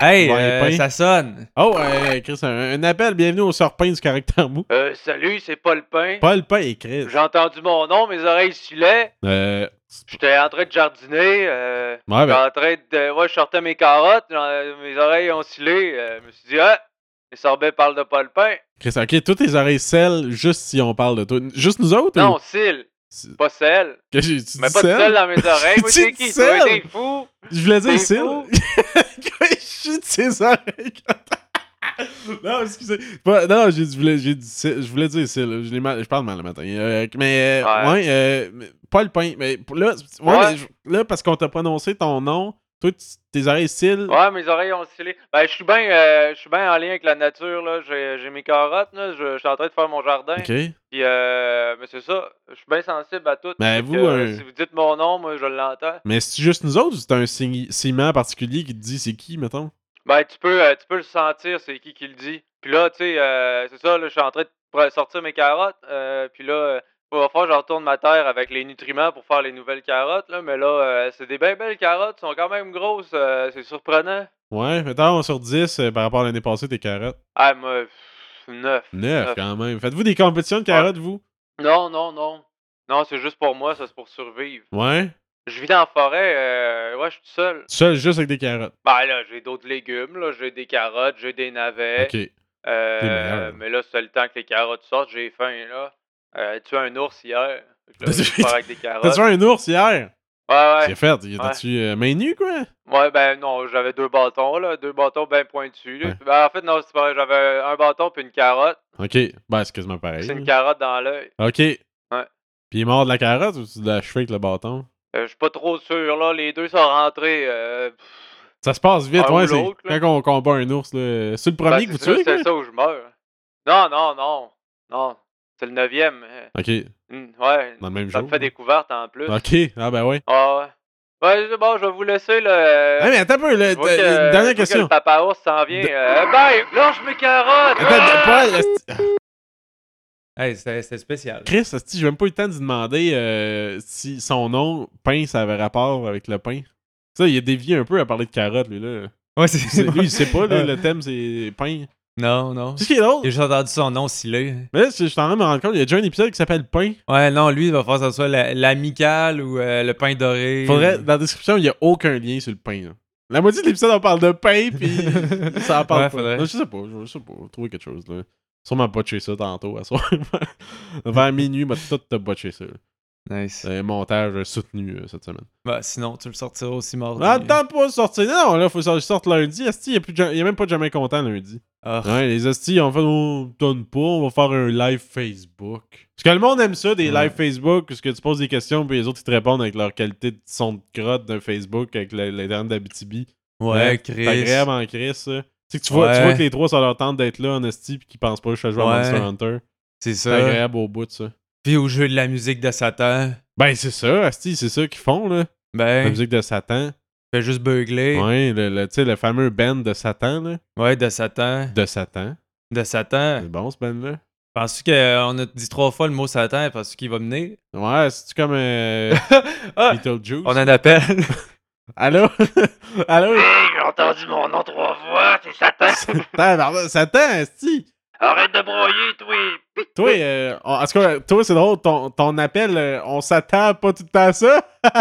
S4: Hey,
S1: devant les
S4: euh,
S1: pains.
S4: ça sonne.
S1: Oh, euh, Chris, un, un appel, bienvenue au sort-pain du caractère mou.
S4: Euh, salut, c'est pas le pain.
S1: Pas le pain et Chris.
S4: entendu mon nom, mes oreilles sulaient.
S1: Euh.
S4: J'étais en train de jardiner. euh,
S1: Ouais, ben,
S4: en train de. Moi, je sortais mes carottes,
S2: euh,
S4: mes oreilles ont scellé. je me suis dit, ah, les sorbets parlent de pas le pain.
S1: Chris, ok, toutes tes oreilles scellent juste si on parle de toi. Juste nous autres ou-
S2: Non, cils,
S1: C'est-
S2: pas sel.
S1: Que j'ai tu
S2: Mais
S1: dis
S2: pas de
S1: sel?
S2: sel dans mes oreilles. Moi,
S1: Tu
S2: c'est
S1: dis
S2: qui?
S1: sel?
S2: Toi, t'es fou.
S1: Je voulais dire
S2: T'es
S1: cils.
S2: fou?
S1: Quand il chute ses oreilles. non, excusez. Pas- non, j'ai dit- je voulais, j'ai dit cils. je voulais dire cils. Je, l'ai mal- je parle mal le matin. Euh, mais, euh, ouais,
S2: Ouais.
S1: euh, mais pas le pain. Mais pour- là, c'est- ouais,
S2: Ouais.
S1: mais je- là, parce qu'on t'a prononcé ton nom, toi, tu- tes oreilles cils.
S2: Ouais, mes oreilles ont scellé. Ben, je suis bien euh, je suis bien en lien avec la nature, là. J'ai j'ai mes carottes, là. Je je suis en train de faire mon jardin.
S1: Ok.
S2: Puis, euh, mais c'est ça. Je suis bien sensible à tout.
S1: Mais
S2: Fait
S1: vous,
S2: que, euh,
S1: un-
S2: Si vous dites mon nom, moi, je l'entends.
S1: Mais c'est juste nous autres ou c'est un signe- ciment particulier qui te dit c'est qui, mettons
S2: Ben, tu peux, euh, tu peux le sentir, c'est qui qui le dit. Puis là, tu sais, euh, c'est ça, là, je suis en train de pr- sortir mes carottes. euh, puis là, euh, il va falloir que je retourne ma terre avec les nutriments pour faire les nouvelles carottes. Là, mais là, euh, c'est des bien belles carottes, sont quand même grosses, euh, c'est surprenant.
S1: Ouais, mettons sur 10 euh, par rapport à l'année passée, tes carottes.
S2: Ah, moi, pff, neuf.
S1: 9
S2: Neuf.
S1: quand même. Faites-vous des compétitions de carottes, vous
S2: Non, non, non. Non, c'est juste pour moi, ça, c'est pour survivre.
S1: Ouais.
S2: Je vis dans la forêt, euh, ouais, je suis tout seul.
S1: Seul, juste avec des carottes.
S2: Ben là, j'ai d'autres légumes, là, j'ai des carottes, j'ai des navets.
S1: Ok.
S2: Euh,
S1: T'es meilleur.
S2: mais là, c'est le temps que les carottes sortent, j'ai faim, là. Euh, tu as un ours hier. Fait que là,
S1: T'as-
S2: je pars avec des
S1: T'as
S2: carottes.
S1: tué un ours hier?
S2: Ouais,
S1: C'est
S2: ouais.
S1: fait. T'as-tu euh, main nue, quoi?
S2: Ouais, ben non, j'avais deux bâtons, là. Deux bâtons bien pointus. là.
S1: Ouais.
S2: Ben, en fait, non, c'est pas vrai, J'avais un bâton puis une carotte.
S1: Ok. Ben, c'est quasiment pareil.
S2: C'est une
S1: là.
S2: carotte dans l'œil.
S1: Ok. Ouais. Puis il est mort de la carotte ou tu l'as achevé avec le bâton?
S2: Euh, je suis pas trop sûr, là. Les deux sont rentrés. euh, pff,
S1: Ça se passe vite,
S2: Un
S1: ouais.
S2: ou
S1: c'est-
S2: l'autre, là.
S1: Quand on combat un ours, là. C'est le
S2: ben,
S1: premier que
S2: c'est
S1: vous
S2: sûr
S1: tuez,
S2: C'est
S1: quoi?
S2: ça où je meurs. Non, non, non. Non. C'est le neuvième. euh,
S1: Ok.
S2: hum, Ouais.
S1: Dans le même
S2: Ça me
S1: jour.
S2: fait découverte en plus.
S1: Ok. Ah, ben ouais.
S2: Ah, ouais. Ouais, c'est bon, je vais vous laisser, là.
S1: Ah, mais attends un peu, là.
S2: Euh, Je vois
S1: t'as-
S2: que-
S1: une
S2: je vois
S1: dernière
S2: que le
S1: question.
S2: papa ours s'en vient.
S1: De-
S2: Euh, ben, blanche mes carottes!
S1: Attends,
S2: Ah!
S1: Paul, esti-
S4: Hey, c'était c'était spécial.
S1: Chris, esti, j'ai même pas eu le temps de lui demander euh, si son nom, pain, ça avait rapport avec le pain. Ça, il a dévié un peu à parler de carotte, lui, là.
S4: Ouais,
S1: Il sait-
S4: c'est
S1: Lui, il sait pas, là, le thème, c'est pain.
S4: Non, non.
S1: C'est ce qui est drôle.
S4: J'ai juste entendu son nom scellé.
S1: Mais là, je je suis en train de me rendre compte, il y a déjà un épisode qui s'appelle Pain.
S4: Ouais, non, lui, il va faire ça soit la- l'amical ou euh, le pain doré.
S1: Faudrait, dans la description, il n'y a aucun lien sur le pain. là. La moitié de l'épisode, on parle de pain, puis ça en parle
S4: Ouais,
S1: pas.
S4: faudrait.
S1: Non, je sais pas, je sais pas, trouver quelque chose. Là. Sûrement botcher ça tantôt, à soir. Vers minuit, m'a tout te botcher ça. là.
S4: Nice.
S1: C'est un montage soutenu euh, cette semaine.
S4: Bah, sinon, tu le sortiras aussi mort.
S1: Attends pas de sortir. Non, là, faut que je sorte lundi. Asti, il n'y a, même pas de jamais content lundi.
S4: Ah,
S1: Ouais, les Asti, ils ont fait, on donne pas, on va faire un live Facebook. Parce que le monde aime ça, des
S4: Ouais.
S1: lives Facebook, parce que tu poses des questions, puis les autres, ils te répondent avec leur qualité de son de crotte d'un Facebook, avec le- l'internet d'Abitibi.
S4: ouais,
S1: C'est
S4: Chris.
S1: agréable en Chris, ça. Tu sais que tu vois, tu
S4: Ouais.
S1: vois que les trois, ça leur tente d'être là en Asti, puis qu'ils pensent pas juste à jouer à
S4: Ouais.
S1: Monster Hunter.
S4: C'est
S1: C'est
S4: ça.
S1: agréable au bout de ça.
S4: Puis au jeu de la musique de Satan,
S1: Ben, c'est ça, Asti, c'est ça qu'ils font, là. La
S4: ben,
S1: musique de Satan.
S4: fais juste beugler. Ouais.
S1: Ouais, le, le- tu sais, le fameux band de Satan, là.
S4: de Satan.
S1: De Satan.
S4: De Satan.
S1: C'est bon, ce band-là.
S4: Penses-tu qu'on a dit trois fois le mot Satan? Penses-tu qu'il va mener?
S1: Ouais, c'est-tu comme euh,
S4: Ah!
S1: Beetlejuice?
S4: On a un appel.
S1: Allô? Allô?
S2: Hey, j'ai entendu mon nom trois fois, c'est Satan!
S1: Satan, Satan, esti!
S2: Arrête de broyer, toi!
S1: Toi, euh, en en tout cas, toi, c'est drôle, ton, ton appel, euh, on s'attend pas tout le temps à ça.
S2: Oh!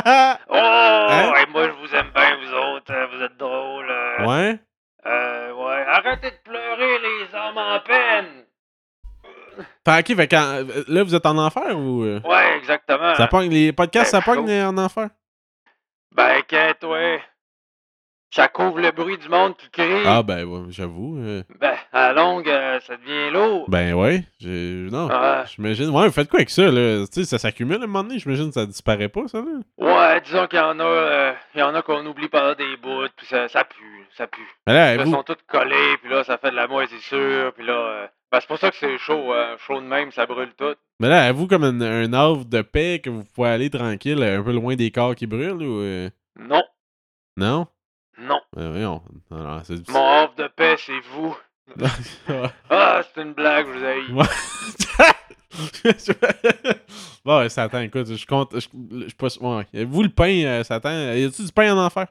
S1: Hein?
S2: hey, moi, je vous aime bien, vous autres. euh, Vous êtes drôles. euh,
S1: ouais?
S2: euh, ouais. Arrêtez de pleurer, les hommes en peine!
S1: Fait, ok, fait quand, euh, là, vous êtes en enfer ou... euh,
S2: Ouais, exactement.
S1: Ça pogne, les podcasts, ça
S2: Ben,
S1: pogne
S2: chaud.
S1: euh, en enfer?
S2: Ben, qu'est-ce, toi? Ça couvre le bruit du monde qui crie.
S1: Ah ben, ouais, j'avoue. euh,
S2: Ben, à la longue, euh, ça devient lourd.
S1: ben ouais, j'ai- non,
S2: Ah.
S1: j'imagine. Ouais, vous faites quoi avec ça, là? Tu sais, ça s'accumule à un moment donné, j'imagine que ça disparaît pas, ça, là?
S2: Ouais, disons qu'il y en a, euh, il y en a qu'on oublie pendant des bouts, puis ça, ça pue, ça pue.
S1: Mais là,
S2: Ils
S1: Ben, vous-
S2: sont toutes collés, puis là, ça fait de la moisissure, puis là, euh, ben, c'est pour ça que c'est chaud, hein. chaud de même, ça brûle tout.
S1: Mais là, avez-vous comme un, un havre de paix que vous pouvez aller tranquille, euh, un peu loin des corps qui brûlent ou. euh,
S5: Non,
S1: Non?
S5: non.
S1: Ben voyons. Alors, c'est difficile.
S5: Mon offre de paix, c'est vous. Ah, c'est une blague, vous avez.
S1: Ouais. bon, ouais, Satan, écoute, je compte. Je, je, suis pas sûr- ouais. Vous, le pain, euh, Satan, y a-tu du pain en enfer?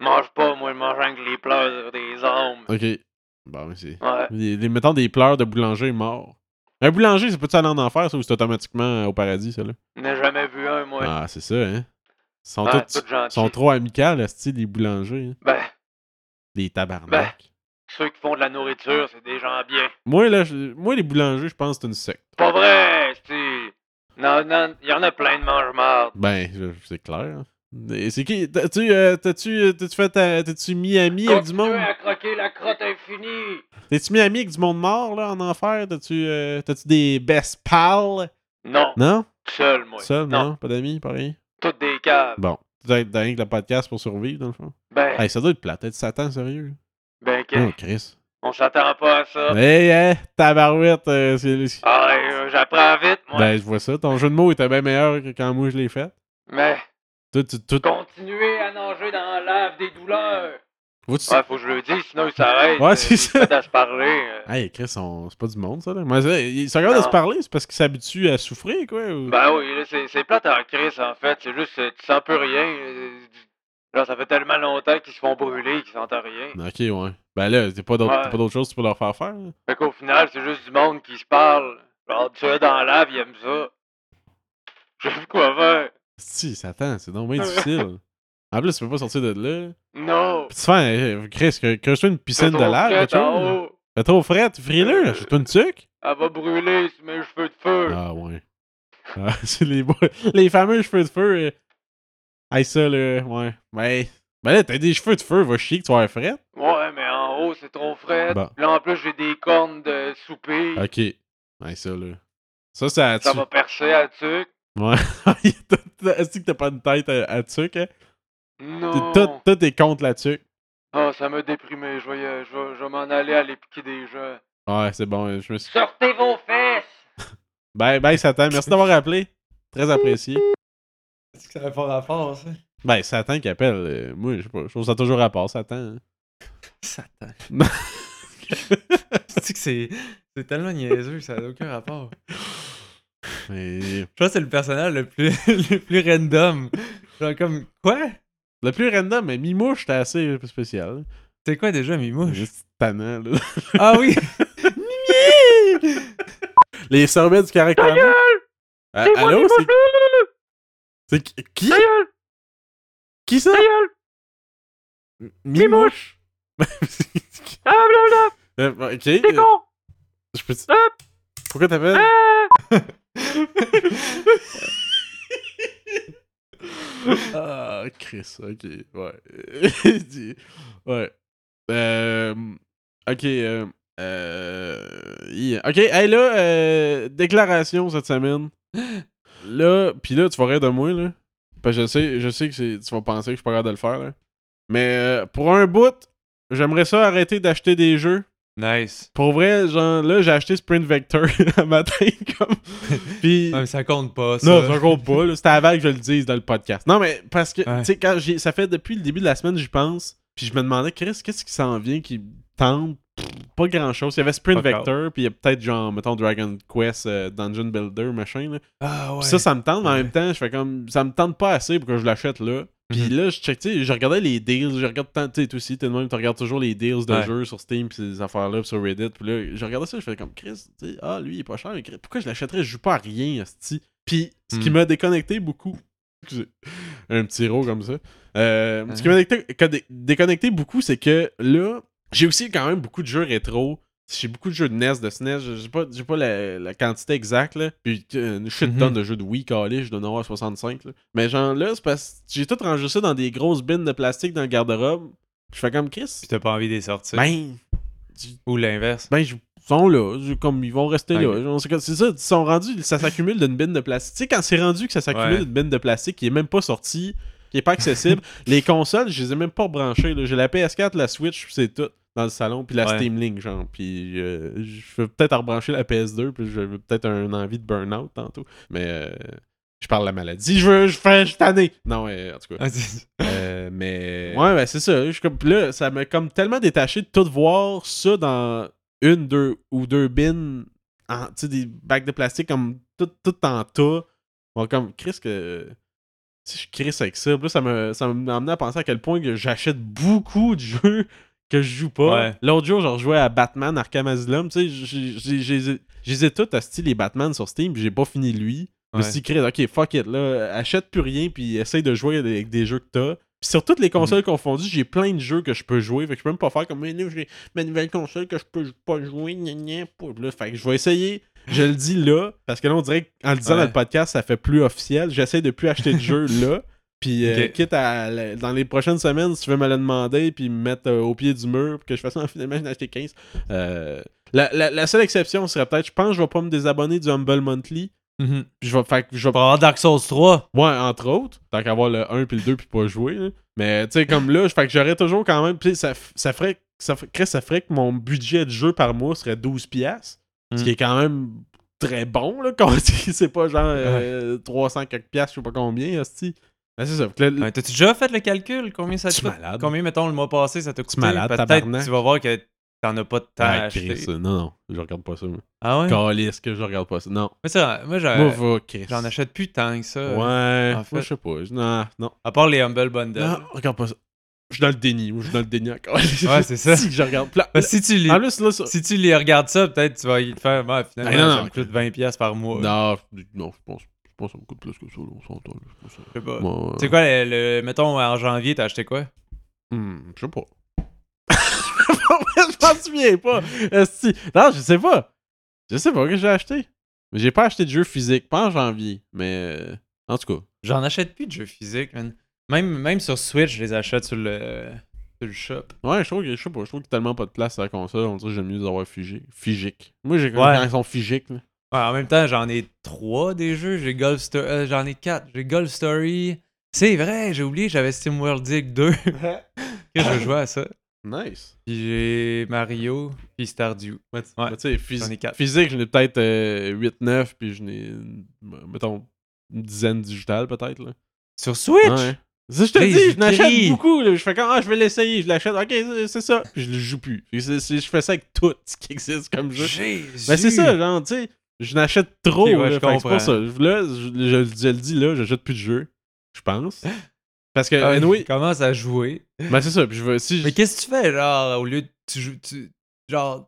S5: Mange pas, moi, je mange rien que les pleurs des hommes.
S1: Ok. Bon, mais c'est.
S5: Ouais.
S1: Des- des- mettons des pleurs de boulanger mort. Un boulanger, ça peut-tu aller en enfer, ça, ou c'est automatiquement euh, au paradis, ça, là?
S5: N'ai jamais vu un, moi.
S1: Ah, c'est ça, hein? Ils sont,
S5: Ah,
S1: tous,
S5: tout gentil.
S1: sont trop amicaux, là, style, les boulangers. hein.
S5: Ben,
S1: Les tabarnak.
S5: ceux qui font de la nourriture, c'est des gens bien.
S1: Moi, là, je- moi, les boulangers, je pense que c'est une secte.
S5: Pas vrai, c'est. Non, non, il y en a plein de mange-marde.
S1: Ben, je- c'est clair. Et c'est qui? T'as-tu euh, t'as-tu- t'as-tu fait ta- T'as-tu mis ami avec du monde?
S5: Continuez à croquer la crotte infinie.
S1: T'es-tu mis ami avec du monde mort, là, en enfer? T'as-tu euh, t'as-tu des best pals?
S5: Non,
S1: Non?
S5: seul, moi.
S1: Seul, non? Pas d'amis, pas rien?
S5: Toutes des caves.
S1: Bon. Tu dois être dans rien que le podcast pour survivre, dans le fond.
S5: Ben,
S1: Hey, ça doit être plate. T'es Satan, sérieux?
S5: ben, qu'est-
S1: Oh, Chris.
S5: on s'attend pas à
S2: Ah.
S5: ça.
S1: Hey, hey, tabarouette. euh, c'est-
S5: Ah, euh, j'apprends vite,
S2: Ah,
S5: moi.
S1: Ben, je vois ça. Ton jeu de mots était bien meilleur que quand moi je l'ai fait.
S5: Mais,
S1: Tout, tout, tout.
S5: continuez à nager dans la lave des douleurs.
S1: Vois-tu-
S5: Ouais, faut que je le dise, sinon il s'arrête.
S1: Ouais, c'est
S5: Euh,
S1: ça.
S5: il fait à se parler. euh.
S1: Hey, Chris, on- c'est pas du monde, ça, là. Mais ça, ils sont capables de
S5: Non.
S1: se parler, c'est parce qu'ils s'habituent à souffrir, quoi. ou-
S5: Ben oui, là, c'est, c'est plate en crise, en fait. C'est juste, euh, tu sens plus rien. euh, Genre, ça fait tellement longtemps qu'ils se font brûler qu'ils sentent rien.
S1: Ok, ouais. Ben là, t'as pas d'autre
S5: Ouais.
S1: t'as pas d'autre chose que tu peux leur faire faire. là.
S5: Fait qu'au final, c'est juste du monde qui se parle. Genre, tu es dans la lave, ils aiment ça. Je sais plus quoi faire.
S1: Si, Satan, c'est donc bien difficile. En plus, tu peux pas sortir de là.
S5: Non!
S1: Puis tu fais, euh, Chris, que, que je sois une piscine de
S5: C'est trop
S1: lave,
S5: frais
S1: quelque
S5: en
S1: chose.
S5: haut.
S1: T'es trop frais, frileux, là. J'ai-tu une tuque?
S5: Elle va brûler sur mes cheveux de feu.
S1: Ah, ouais. Ah, c'est les, bo- les fameux cheveux de feu. euh. Hey, ça, là, ouais. Ben, ben là, t'as des cheveux de feu, va chier que tu vas être frais.
S5: Ouais, mais en haut, c'est trop frais.
S1: Bon.
S5: Là, en plus, j'ai des cornes de souper.
S1: Ok. Hey, ça, là. Ça, ça a
S5: Ça va percer à tuc.
S1: Est-ce que t'as pas une tête à, à tuque, hein?
S5: Non!
S1: T'es- Tout, tout est contre la tuque.
S5: Ah, ça m'a déprimé. Je vais, y- je vais- je vais m'en aller aller piquer des gens.
S1: Ouais, c'est bon, je me suis
S5: Sortez vos fesses!
S1: Bye, bye, Satan. Merci d'avoir appelé. Très apprécié.
S2: Est-ce que ça avait pas rapport, ça?
S1: Ben, Satan qui appelle. euh, moi, je sais pas. Je trouve ça toujours rapport, Satan. hein.
S2: Satan.
S1: Non.
S2: C'est que c'est c'est tellement niaiseux, ça n'a aucun rapport.
S1: Mais
S2: Je pense que c'est le personnage le plus, le plus random. Genre comme, quoi?
S1: le plus random, mais Mimouche, c'était assez spécial.
S2: C'est quoi déjà, Mimouche?
S1: Juste tannant, là.
S2: Ah oui!
S1: Les sorbets du caractère. Ah, allô, c'est. C'est qui- qui Qui ça M- Mimouche Euh, bon, Ok. euh, Je peux. Pourquoi t'appelles Ah, Chris, ok, ouais. Il dit- ouais. Euh, ok, euh, euh, yeah. ok, hey, là, euh, déclaration cette semaine. Là, pis là, tu vas rire de moi, là. Parce que je sais, je sais que c'est- tu vas penser que je suis pas capable de le faire, là. Mais euh, pour un bout, j'aimerais ça arrêter d'acheter des jeux.
S2: Nice.
S1: Pour vrai, genre, là, j'ai acheté Sprint Vector un matin, comme. Pis.
S2: Ah, mais ça compte pas, ça.
S1: Non, ça compte pas. là. C'était avant que je le dise dans le podcast. Non, mais parce que,
S2: Ouais.
S1: tu sais, quand j'ai. Ça fait depuis le début de la semaine, j'y pense. Puis je me demandais, Chris, qu'est-ce qui s'en vient qui tente Pff, Pas grand chose. Il y avait Sprint
S2: Fuck
S1: Vector, puis il y a peut-être, genre, mettons, Dragon Quest, euh, Dungeon Builder, machin. Là.
S2: Ah ouais.
S1: Puis ça, ça me tente, mais en
S2: Ouais.
S1: même temps, je fais comme. Ça me tente pas assez pour que je l'achète là. Puis
S2: Mhm.
S1: là, je check, tu sais, je regardais les deals, je regarde tant, tu sais, toi aussi, t'es de même, tu regardes toujours les deals de
S2: Ouais.
S1: jeux sur Steam, puis ces affaires-là, puis sur Reddit, puis là, je regardais ça, je faisais comme, Chris, tu sais, ah, lui, il est pas cher, mais Chris, pourquoi je l'achèterais, je joue pas à rien, hostie. Puis, ce qui
S2: Mhm.
S1: m'a déconnecté beaucoup, excusez, un petit rot comme ça, euh, ce qui m'a déconnecté, que dé- déconnecté beaucoup, c'est que là, j'ai aussi quand même beaucoup de jeux rétro, j'ai beaucoup de jeux de NES, de SNES, je- j'ai pas, j'ai pas la, la quantité exacte, là. Puis euh, une shit
S2: Mhm.
S1: tonne de jeux de Wii calé, je dois en avoir 65, là. Mais genre là, c'est parce que j'ai tout enregistré dans des grosses bines de plastique dans le garde-robe. Je fais comme Chris.
S2: Puis t'as pas envie de les sortir.
S1: Ben,
S2: Ou l'inverse.
S1: ben, je- ils sont là, je- comme ils vont rester là.
S2: Ok.
S1: Genre, c'est que- C'est ça, ils sont rendus, ça s'accumule d'une bine de plastique. Tu sais, quand c'est rendu que ça s'accumule
S2: Ouais.
S1: d'une bine de plastique qui est même pas sortie, qui est pas accessible, les consoles, je les ai même pas branchées. là. J'ai la PS4, la Switch, puis c'est tout dans le salon, puis la
S2: Ouais.
S1: Steam Link, genre. Puis euh, je vais peut-être en rebrancher la PS2, puis j'ai peut-être un envie de burn-out tantôt. Mais euh, Je parle de la maladie. Je veux, je fais, je suis tanné. Non, euh, en tout cas.
S2: Ah, c'est-
S1: Euh, mais. Ouais, ben c'est ça. Je, suis comme, puis là, ça m'a comme tellement détaché de tout voir ça dans une, deux ou deux bins, en- tu sais, des bacs de plastique comme tout, tout en tas. Bon, comme, Chris, que. Si je crisse avec ça, Puis là, ça me- ça m'a amené à penser à quel point que j'achète beaucoup de jeux que je joue pas.
S2: Ouais.
S1: L'autre jour, genre, je jouais à Batman Arkham Asylum. Tu sais, j'ai- j'ai- j'ai- j'ai j'ai tout à style les Batman sur Steam, puis j'ai pas fini lui. Je me
S2: Ouais.
S1: suis dit, Chris, ok, fuck it, là, achète plus rien, puis essaye de jouer avec des jeux que t'as. Puis sur
S2: Mm.
S1: toutes les consoles confondues, j'ai plein de jeux que je peux jouer, fait que je peux même pas faire comme, mais là, j'ai ma nouvelle console que je peux pas jouer, gna gna, pou, là. Fait que je vais essayer, je le dis là, parce que là, on dirait qu'en le disant
S2: Ouais.
S1: dans le podcast, ça fait plus officiel, j'essaie de plus acheter de jeux là. Puis euh,
S2: Ok.
S1: quitte à la- dans les prochaines semaines, si tu veux me le demander, puis me mettre euh, au pied du mur, puis que je fasse Ah, finalement, j'en ai acheté 15. Euh, la, la- la seule exception serait peut-être, je pense que je vais pas me désabonner du Humble Monthly.
S2: Mhm.
S1: Puis je vais, fait que je vais
S2: Pour avoir Dark Souls 3.
S1: Ouais, entre autres. Tant qu'à avoir le 1 puis le 2 puis pas jouer. là. Mais tu sais, comme là, fait que j'aurais toujours quand même. Puis ça, f- ça ferait. Ça, f- Chris, ça ferait que mon budget de jeu par mois serait 12$. piastres, Ce
S2: Mm.
S1: qui est quand même très bon, là. Quand c'est pas genre euh, 300 quelques piastres, je sais pas combien, hostie. Ben, c'est ça. Fait que le- le-
S2: Ouais, T'as-tu déjà fait le calcul? Combien ça te
S1: Tu
S2: coûte?
S1: malade.
S2: Combien, mettons, le mois passé, ça t'a coûté?
S1: malade, tabarnak.
S2: Peut-être tu vas voir que t'en as pas de temps à
S1: Ouais, Chris,
S2: acheter.
S1: euh, non, non, je regarde pas ça. moi.
S2: Ah ouais?
S1: Calisse que je regarde pas ça. Non.
S2: Mais ça, moi, j'ai-
S1: Moi, va, Chris.
S2: j'en achète plus tant que ça.
S1: Ouais,
S2: en
S1: moi,
S2: fait.
S1: je sais pas. Je- Non, non.
S2: À part les Humble Bundle.
S1: Non, regarde pas ça. Je suis dans le déni. Moi, je suis dans le déni encore.
S2: Ouais, c'est ça.
S1: Si je regarde. Puis là-
S2: Parce que si tu les,
S1: En plus, Ah, là, ça-
S2: si tu les regardes ça, peut-être tu vas y te faire, bah, finalement,
S1: Ben non,
S2: ça
S1: non.
S2: me coûte 20$ piastres par mois.
S1: Non, je- non, je pense. Je pense que ça me coûte plus que ça, là, on s'entend. là, je pense que-
S2: Je sais pas.
S1: Moi, euh,
S2: C'est quoi, le, le- mettons, en janvier, t'as acheté quoi?
S1: hmm, je sais pas. je m'en souviens pas. Esti. Non, je sais pas. Je sais pas ce que j'ai acheté. Mais j'ai pas acheté de jeu physique, pas en janvier. Mais euh, en tout cas,
S2: J'en achète plus de jeux physiques, man. Même, même sur Switch, je les achète sur le, sur le shop.
S1: ouais, je trouve que je sais pas. Je trouve qu'il y a tellement pas de place à la console. On dirait que j'aime mieux d'avoir figé. Figique. Moi, j'ai
S2: Ouais.
S1: quand ils sont figiques. là.
S2: Ouais, en même temps, j'en ai trois des jeux. J'ai Golf Story. j'en ai quatre. J'ai Golf Story. C'est vrai, j'ai oublié, j'avais Steam World Dig 2. que je jouais à ça.
S1: Nice.
S2: Puis j'ai Mario. Puis Stardew. Ouais.
S1: Mais tu sais, phys-
S2: J'en ai quatre.
S1: physique, j'en ai peut-être 8-9, puis j'en ai, mettons, une dizaine digitale peut-être. là.
S2: Sur Switch?
S1: Ouais. Ça, je te
S2: Chris,
S1: dis, je
S2: Chris.
S1: n'achète beaucoup. là. Je fais quand ah, je vais l'essayer, je l'achète, ok, c'est- c'est ça. Puis je le joue plus. Et c'est- c'est- je fais ça avec tout ce qui existe comme jeu.
S2: Jésus!
S1: Mais Ben, c'est ça, genre, tu sais, je n'achète trop.
S2: Ok, ouais,
S1: là.
S2: je
S1: Fait que C'est
S2: comprends.
S1: pour ça. Je- Là, je, je- je le dis là, j'achète plus de jeux. Je pense. Parce que,
S2: Ah,
S1: anyway,
S2: il commence à jouer.
S1: ben c'est ça. Puis je veux, si je-
S2: Mais qu'est-ce que tu fais, genre, au lieu de. Tu joues, tu, genre,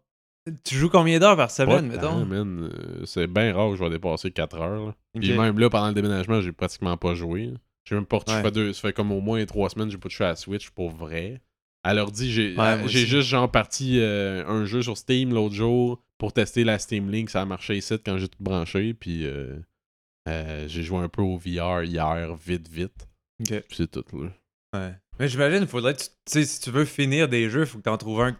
S2: tu joues combien d'heures par
S1: pas
S2: semaine,
S1: de
S2: mettons?
S1: temps, man, euh, c'est bien rare que je vais dépasser 4 heures. là.
S2: Ok.
S1: Puis même là, pendant le déménagement, j'ai pratiquement pas joué. là. J'ai même pas retouché.
S2: Ouais.
S1: Ça fait deux- Ça fait comme au moins trois semaines que j'ai pas touché à la Switch pour vrai. À l'ordi, j'ai
S2: Ouais, moi
S1: j'ai
S2: aussi.
S1: juste genre parti euh, un jeu sur Steam l'autre jour pour tester la Steam Link. Ça a marché ici quand j'ai tout branché. Puis euh, euh, j'ai joué un peu au VR hier, vite, vite.
S2: Ok.
S1: Puis c'est tout. Là.
S2: Ouais. Mais j'imagine, faudrait. que Tu tu sais, si tu veux finir des jeux, faut que t'en trouves un que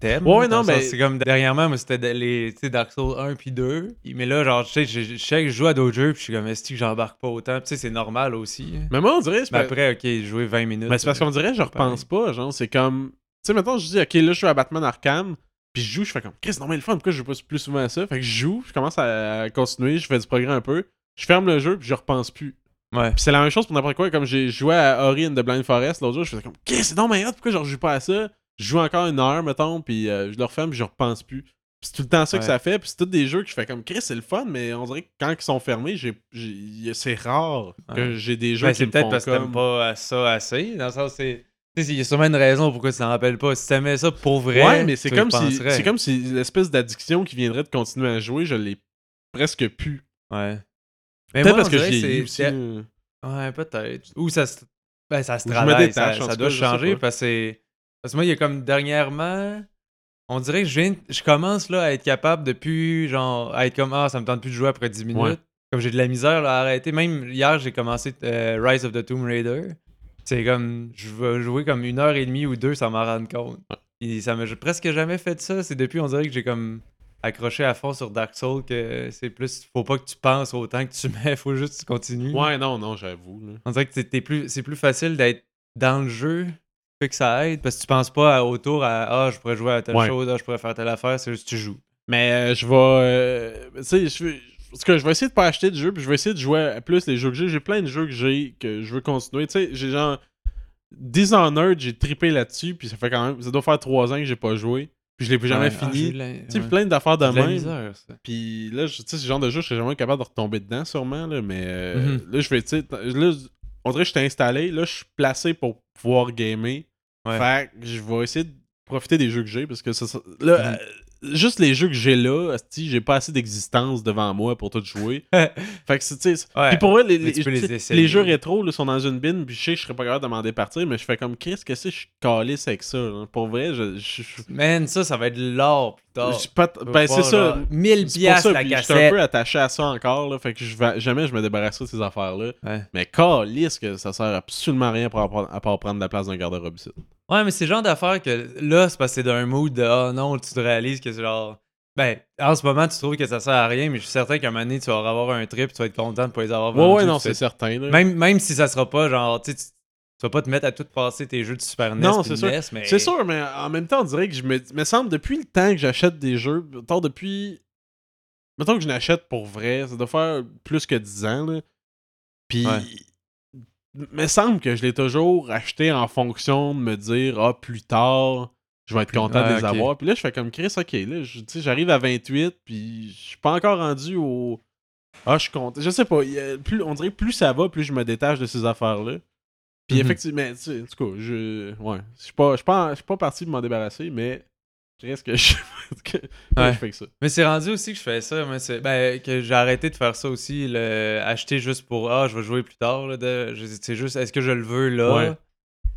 S2: t'aimes.
S1: Ouais,
S2: dans
S1: non, ben
S2: le
S1: mais-
S2: sens, C'est comme dernièrement, moi, c'était de- les tu sais, Dark Souls 1 puis 2. Mais là, genre, tu sais, je, je- je sais que je joue à d'autres jeux, puis je suis comme, est-ce que j'embarque pas autant? Puis, tu sais, c'est normal aussi.
S1: Mais moi, on dirait. c'est
S2: Mais
S1: pas-
S2: après, ok, jouer 20 minutes.
S1: Mais Ben, c'est parce
S2: euh,
S1: qu'on dirait, je repense pas. Genre, c'est comme. Tu sais, maintenant, je dis, ok, là, je suis à Batman Arkham. Puis je joue, je fais comme, Chris, non, mais le fun, pourquoi je joue pas plus souvent à ça? Fait que je joue, je commence à continuer, je fais du progrès un peu. Je ferme le jeu, puis je repense plus.
S2: Ouais.
S1: Puis c'est la même chose pour n'importe quoi. Comme j'ai joué à Ori and the Blind Forest l'autre jour, je faisais comme, Chris, c'est non, mais hot, pourquoi je rejoue pas à ça? Je joue encore une heure, mettons, puis euh, je le referme, puis je repense plus. Puis c'est tout le temps ça que
S2: Ouais.
S1: ça fait, puis c'est tous des jeux que je fais comme, Chris, c'est le fun, mais on dirait que quand ils sont fermés, j'ai, j'ai- c'est rare que
S2: Ouais.
S1: j'ai des jeux
S2: Ben,
S1: qui
S2: c'est
S1: me
S2: peut-être
S1: font
S2: parce que
S1: comme-
S2: t'aimes pas ça assez. Dans le sens, c'est. Tu sais, il y a sûrement une raison pourquoi tu t'en rappelles pas. Si t'aimais ça pour vrai.
S1: Ouais, mais c'est
S2: tu y
S1: comme si
S2: penserais.
S1: c'est comme si l'espèce d'addiction qui viendrait de continuer à jouer, je l'ai presque pu.
S2: Ouais. Mais
S1: Peut-être
S2: moi,
S1: parce que
S2: j'ai
S1: j'ai aussi. euh,
S2: Ouais, peut-être. Ou ça se, ben, ça se
S1: Ou je me
S2: travaille,
S1: détache, en
S2: ça, ça
S1: tout
S2: doit
S1: cas, je sais
S2: changer
S1: pas.
S2: parce que, c'est- parce que moi, il y a comme dernièrement, on dirait que je, viens- je commence là, à être capable depuis, genre, à être comme, ah, ça me tente plus de jouer après 10 minutes.
S1: Ouais.
S2: Comme j'ai de la misère là, à arrêter. Même hier, j'ai commencé euh, Rise of the Tomb Raider. C'est comme, je vais jouer comme une heure et demie ou deux sans m'en rendre compte. Et ça m'a j'ai presque jamais fait ça. C'est depuis, on dirait que j'ai comme accroché à fond sur Dark Souls que c'est plus, faut pas que tu penses autant que tu mets, faut juste que tu continues.
S1: Ouais, non, non, j'avoue. là.
S2: On dirait que t'es- t'es plus, c'est plus facile d'être dans le jeu, fait que ça aide, parce que tu penses pas à- autour à Ah, je pourrais jouer à telle
S1: Ouais.
S2: chose, ah, je pourrais faire telle affaire, c'est juste que tu joues.
S1: Mais euh, je vais. euh, tu sais, je, En tout cas, je vais essayer de pas acheter de jeux, puis je vais essayer de jouer à plus les jeux que j'ai. J'ai plein de jeux que j'ai que je veux continuer. Tu sais, j'ai genre. Dishonored, j'ai trippé là-dessus, puis ça fait quand même. Ça doit faire 3 ans que j'ai pas joué, puis je l'ai plus jamais fini. tu sais, plein d'affaires de
S2: de la
S1: même.
S2: misère, ça.
S1: Puis là, je- tu sais, ce genre de jeu, je serais jamais capable de retomber dedans, sûrement, là, mais euh,
S2: Mhm.
S1: là, je vais, tu sais, t- là, on dirait que je t'ai installé, là, je suis placé pour pouvoir gamer.
S2: Ouais.
S1: Fait que je vais essayer de profiter des jeux que j'ai, parce que ça, ça-
S2: Mhm.
S1: là, euh, juste les jeux que j'ai là, asti, j'ai pas assez d'existence devant moi pour tout jouer. fait que, c'est- tu sais, c'est-
S2: Ouais.
S1: puis pour vrai, les,
S2: Mais tu peux
S1: les-
S2: les
S1: tu sais,
S2: essayer.
S1: les jeux rétro là, sont dans une bin, puis je sais que je serais pas capable de m'en départir, mais je fais comme, Chris, qu'est-ce que je suis calisse avec ça? là? Pour vrai, je. je- je-
S2: Man, ça, ça va être l'or plus tard.
S1: je- pas-
S2: Tu vas
S1: ben, c'est
S2: pouvoir,
S1: ça.
S2: genre, 1000
S1: C'est pour
S2: piastres
S1: ça,
S2: la
S1: puis j'étais un
S2: cassette.
S1: peu attaché à ça encore, là, fait que je vais- jamais je me débarrasserai de ces affaires-là.
S2: Ouais.
S1: Mais calisse que ça sert absolument à rien pour apprendre- à part prendre la place d'un garde-robe ici.
S2: Ouais, mais c'est le genre d'affaire que là, c'est parce que c'est d'un mood de Ah non, tu te réalises que c'est genre. Ben, en ce moment, tu trouves que ça sert à rien, mais je suis certain qu'à un moment donné, tu vas avoir un trip, tu vas être content de pas les avoir
S1: Ouais, ouais,
S2: vendus,
S1: non,
S2: tu
S1: c'est
S2: fais-
S1: certain. là.
S2: Même, même si ça sera pas genre, tu sais, tu tu vas pas te mettre à tout passer tes jeux de Super NES.
S1: Non,
S2: puis
S1: c'est
S2: de NES, mais...
S1: C'est sûr, mais en même temps, on dirait que je me. me semble, depuis le temps que j'achète des jeux, mettons, depuis. Mettons que je n'achète pour vrai, ça doit faire plus que 10 ans, là. Puis. Me semble que je l'ai toujours acheté en fonction de me dire, ah, plus tard, je vais être content de
S2: ouais,
S1: les
S2: Ah, ok.
S1: avoir. Puis là, je fais comme Chris, ok, là, je- tu sais, j'arrive à 28, puis je suis pas encore rendu au. Ah, je compte. Je sais pas. il y a- plus, on dirait que plus ça va, plus je me détache de ces affaires-là. Puis
S2: Mhm.
S1: effectivement, tu sais, en tout cas, je. Ouais. Je suis pas, je suis pas, je suis pas parti de m'en débarrasser, mais je reste que je. que- que
S2: Ouais.
S1: je fais que ça.
S2: Mais c'est rendu aussi que je fais ça. Moi, c'est- ben, que j'ai arrêté de faire ça aussi, le... acheter juste pour Ah, je vais jouer plus tard. là, de- je- C'est juste, est-ce que je le veux là
S1: Ouais.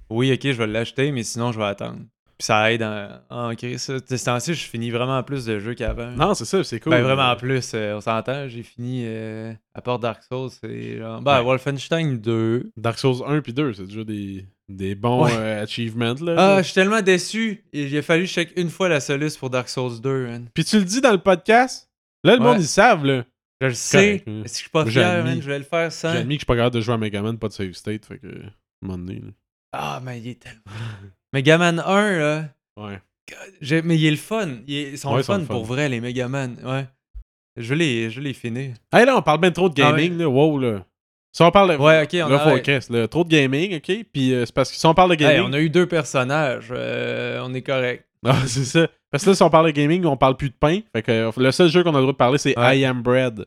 S2: Oui, ok, je vais l'acheter, mais sinon, je vais attendre. Puis ça aide en, en crise, ça. De ce temps-ci, je finis vraiment plus de jeux qu'avant.
S1: Non, c'est ça, c'est cool.
S2: Ben vraiment plus, euh, on s'entend, j'ai fini euh, à part Dark Souls, c'est genre. Ben,
S1: Ouais.
S2: Wolfenstein 2.
S1: Dark Souls 1 puis 2, c'est déjà des, des bons
S2: Ouais.
S1: euh, achievements, là.
S2: Ah, je suis tellement déçu. Il a fallu check une fois la soluce pour Dark Souls 2, man.
S1: Puis tu le dis dans le podcast. Là, le
S2: Ouais.
S1: monde, ils savent, là.
S2: Je le sais.
S1: correct, hein.
S2: Est-ce que je suis pas
S1: Moi,
S2: fier,
S1: j'admis.
S2: man? Je vais le faire sans.
S1: J'ai admis que je suis pas capable de jouer à Megaman, pas de save state, fait que. à un moment donné, là.
S2: Ah, mais il est tellement. Megaman 1, là.
S1: Ouais.
S2: j'ai- Mais il est le fun. Il est- Ils sont
S1: Ouais,
S2: le
S1: ils sont
S2: fun,
S1: le fun.
S2: pour vrai, les Megaman. Ouais. Je l'ai, je l'ai fini.
S1: Hey, là, on parle bien trop de
S2: Ah
S1: gaming, là. Wow, là. Si on parle de.
S2: Ouais, ok, on,
S1: là, faut
S2: arrête.
S1: Chris, là, Trop de gaming, ok? Puis euh, c'est parce que si on parle de
S2: Hey,
S1: gaming.
S2: on a eu deux personnages. euh, on est correct.
S1: Ah, c'est ça. Parce que là, si on parle de gaming, on parle plus de pain. Fait que euh, le seul jeu qu'on a le droit de parler, c'est
S2: Ouais.
S1: I Am Bread.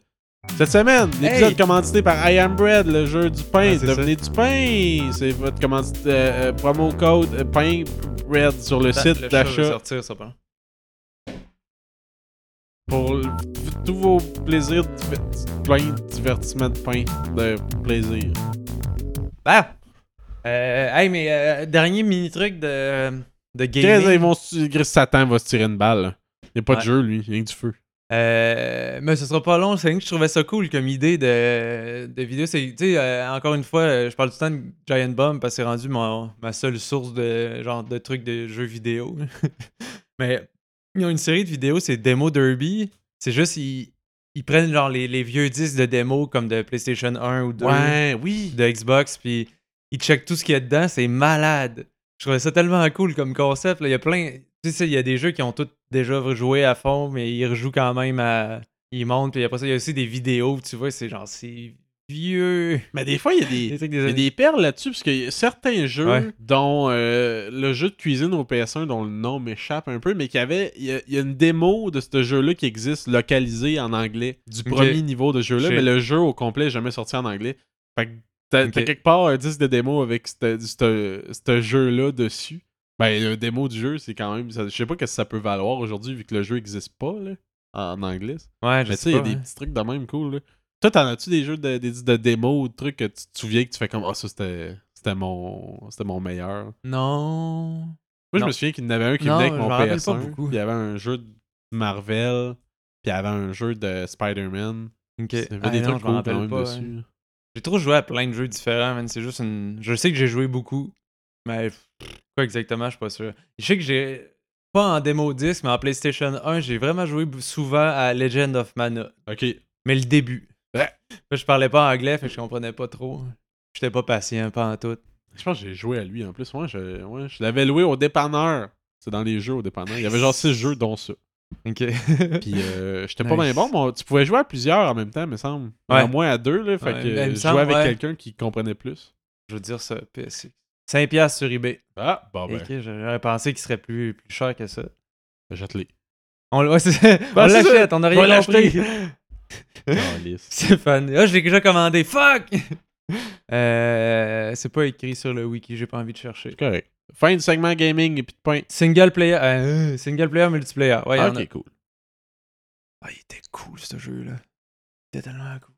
S1: Cette semaine, l'épisode
S2: Hey!
S1: commandité par I Am Bread, le jeu du pain.
S2: Ouais, c'est
S1: Devenez du pain. C'est votre commandité, euh, euh, promo code euh, pain bread sur le
S2: Attends,
S1: site
S2: Bah, chat va
S1: d'achat
S2: sortir, ça, pardon.
S1: pour le- tous vos plaisirs, diver- plein de divertissements de pain, de plaisir.
S2: Ah! Euh, hey, mais euh, dernier mini truc de, euh, de
S1: Chris, ils
S2: gaming.
S1: vont se- Chris Satan va se tirer une balle. Il n'y a pas de
S2: Ouais.
S1: jeu, lui. Il y a que du feu.
S2: Euh, mais ce sera pas long, c'est que je trouvais ça cool comme idée de, de vidéo. C'est, tu sais, euh, encore une fois, euh, je parle tout le temps de Giant Bomb parce que c'est rendu mon- ma seule source de genre de trucs de jeux vidéo. mais ils ont une série de vidéos, c'est Demo Derby. C'est juste, ils, ils prennent genre les, les vieux disques de démo comme de PlayStation 1 ou 2
S1: oui.
S2: de Xbox, puis ils checkent tout ce qu'il y a dedans, c'est malade. Je trouvais ça tellement cool comme concept. là. Il y a plein. Tu sais, il y a des jeux qui ont tous déjà joué à fond, mais ils rejouent quand même à. Ils montent, puis après ça, il y a aussi des vidéos, tu vois, c'est genre, c'est vieux.
S1: Mais des fois, il y a des.
S2: Des trucs
S1: Il y
S2: des
S1: a des perles là-dessus, parce que certains jeux,
S2: Ouais.
S1: dont euh, le jeu de cuisine au PS1, dont le nom m'échappe un peu, mais qui avait. Il y, a- il y a une démo de ce jeu-là qui existe localisée en anglais, du
S2: Ok.
S1: premier niveau de jeu-là,
S2: Shit.
S1: mais le jeu au complet est jamais sorti en anglais. Fait que t'as
S2: Ok.
S1: t'as quelque part un disque de démo avec ce- ce ce jeu-là dessus. Ben, le démo du jeu, c'est quand même. ça- je sais pas que ça peut valoir aujourd'hui, vu que le jeu existe pas, là, en anglais. Mais
S2: Ouais, je
S1: tu sais,
S2: sais
S1: il y a
S2: pas.
S1: des
S2: hein.
S1: petits trucs de même cool. Là. Toi, t'en as-tu des jeux de, des disques de démo ou de trucs que tu te souviens que tu fais comme Ah, ça c'était. C'était mon, c'était mon meilleur. Moi,
S2: Non.
S1: je
S2: Non.
S1: me souviens qu'il y en avait un qui
S2: Non,
S1: venait
S2: je
S1: avec mon
S2: m'en rappelle pas
S1: PS1.
S2: beaucoup.
S1: puis Il y avait un jeu de Marvel. Puis il y avait un jeu de Spider-Man.
S2: Ok.
S1: Il y avait
S2: Ah,
S1: des
S2: non,
S1: trucs cool
S2: je m'en
S1: quand
S2: rappelle
S1: même
S2: pas, hein.
S1: dessus.
S2: J'ai trop joué à plein de jeux différents, man. C'est juste une. Je sais que j'ai joué beaucoup, mais pff, quoi exactement, je suis pas sûr. Je sais que j'ai. Pas en démo disque, mais en PlayStation 1, j'ai vraiment joué b- souvent à Legend of Mana.
S1: Ok.
S2: Mais le début.
S1: Ouais.
S2: Je parlais pas anglais, fait que je comprenais pas trop. J'étais pas patient, pas en tout.
S1: Je pense que j'ai joué à lui en plus. Moi, je, ouais, je l'avais loué au dépanneur. C'est dans les jeux au dépanneur. Il y avait genre 6 jeux, dont ça.
S2: Ok.
S1: Puis euh, j'étais pas
S2: Nice.
S1: bien bon. mais on- tu pouvais jouer à plusieurs en même temps, me semble.
S2: Ouais.
S1: Au moins à deux, là. Fait
S2: Ouais,
S1: que
S2: ben, il me
S1: je
S2: semble,
S1: jouais avec
S2: ouais.
S1: quelqu'un qui comprenait plus.
S2: Je veux dire ça, PSX. 5 piastres sur eBay.
S1: Ah, bon, ben,
S2: Ok, j'aurais pensé qu'il serait plus, plus cher que ça.
S1: jette-les.
S2: On, l- ouais, c'est ça.
S1: Ben,
S2: on
S1: c'est ça.
S2: l'achète, on n'a
S1: On va
S2: rien compris.
S1: Calice.
S2: Stéphane. Ah, je l'ai déjà commandé. Fuck! Euh, c'est pas écrit sur le wiki, j'ai pas envie de chercher.
S1: C'est correct. Fin du segment gaming et puis de pain.
S2: Single player, euh, single player, multiplayer. Ouais, il y en
S1: ok,
S2: a.
S1: cool.
S2: Ah, il était cool ce jeu-là. Il était tellement cool.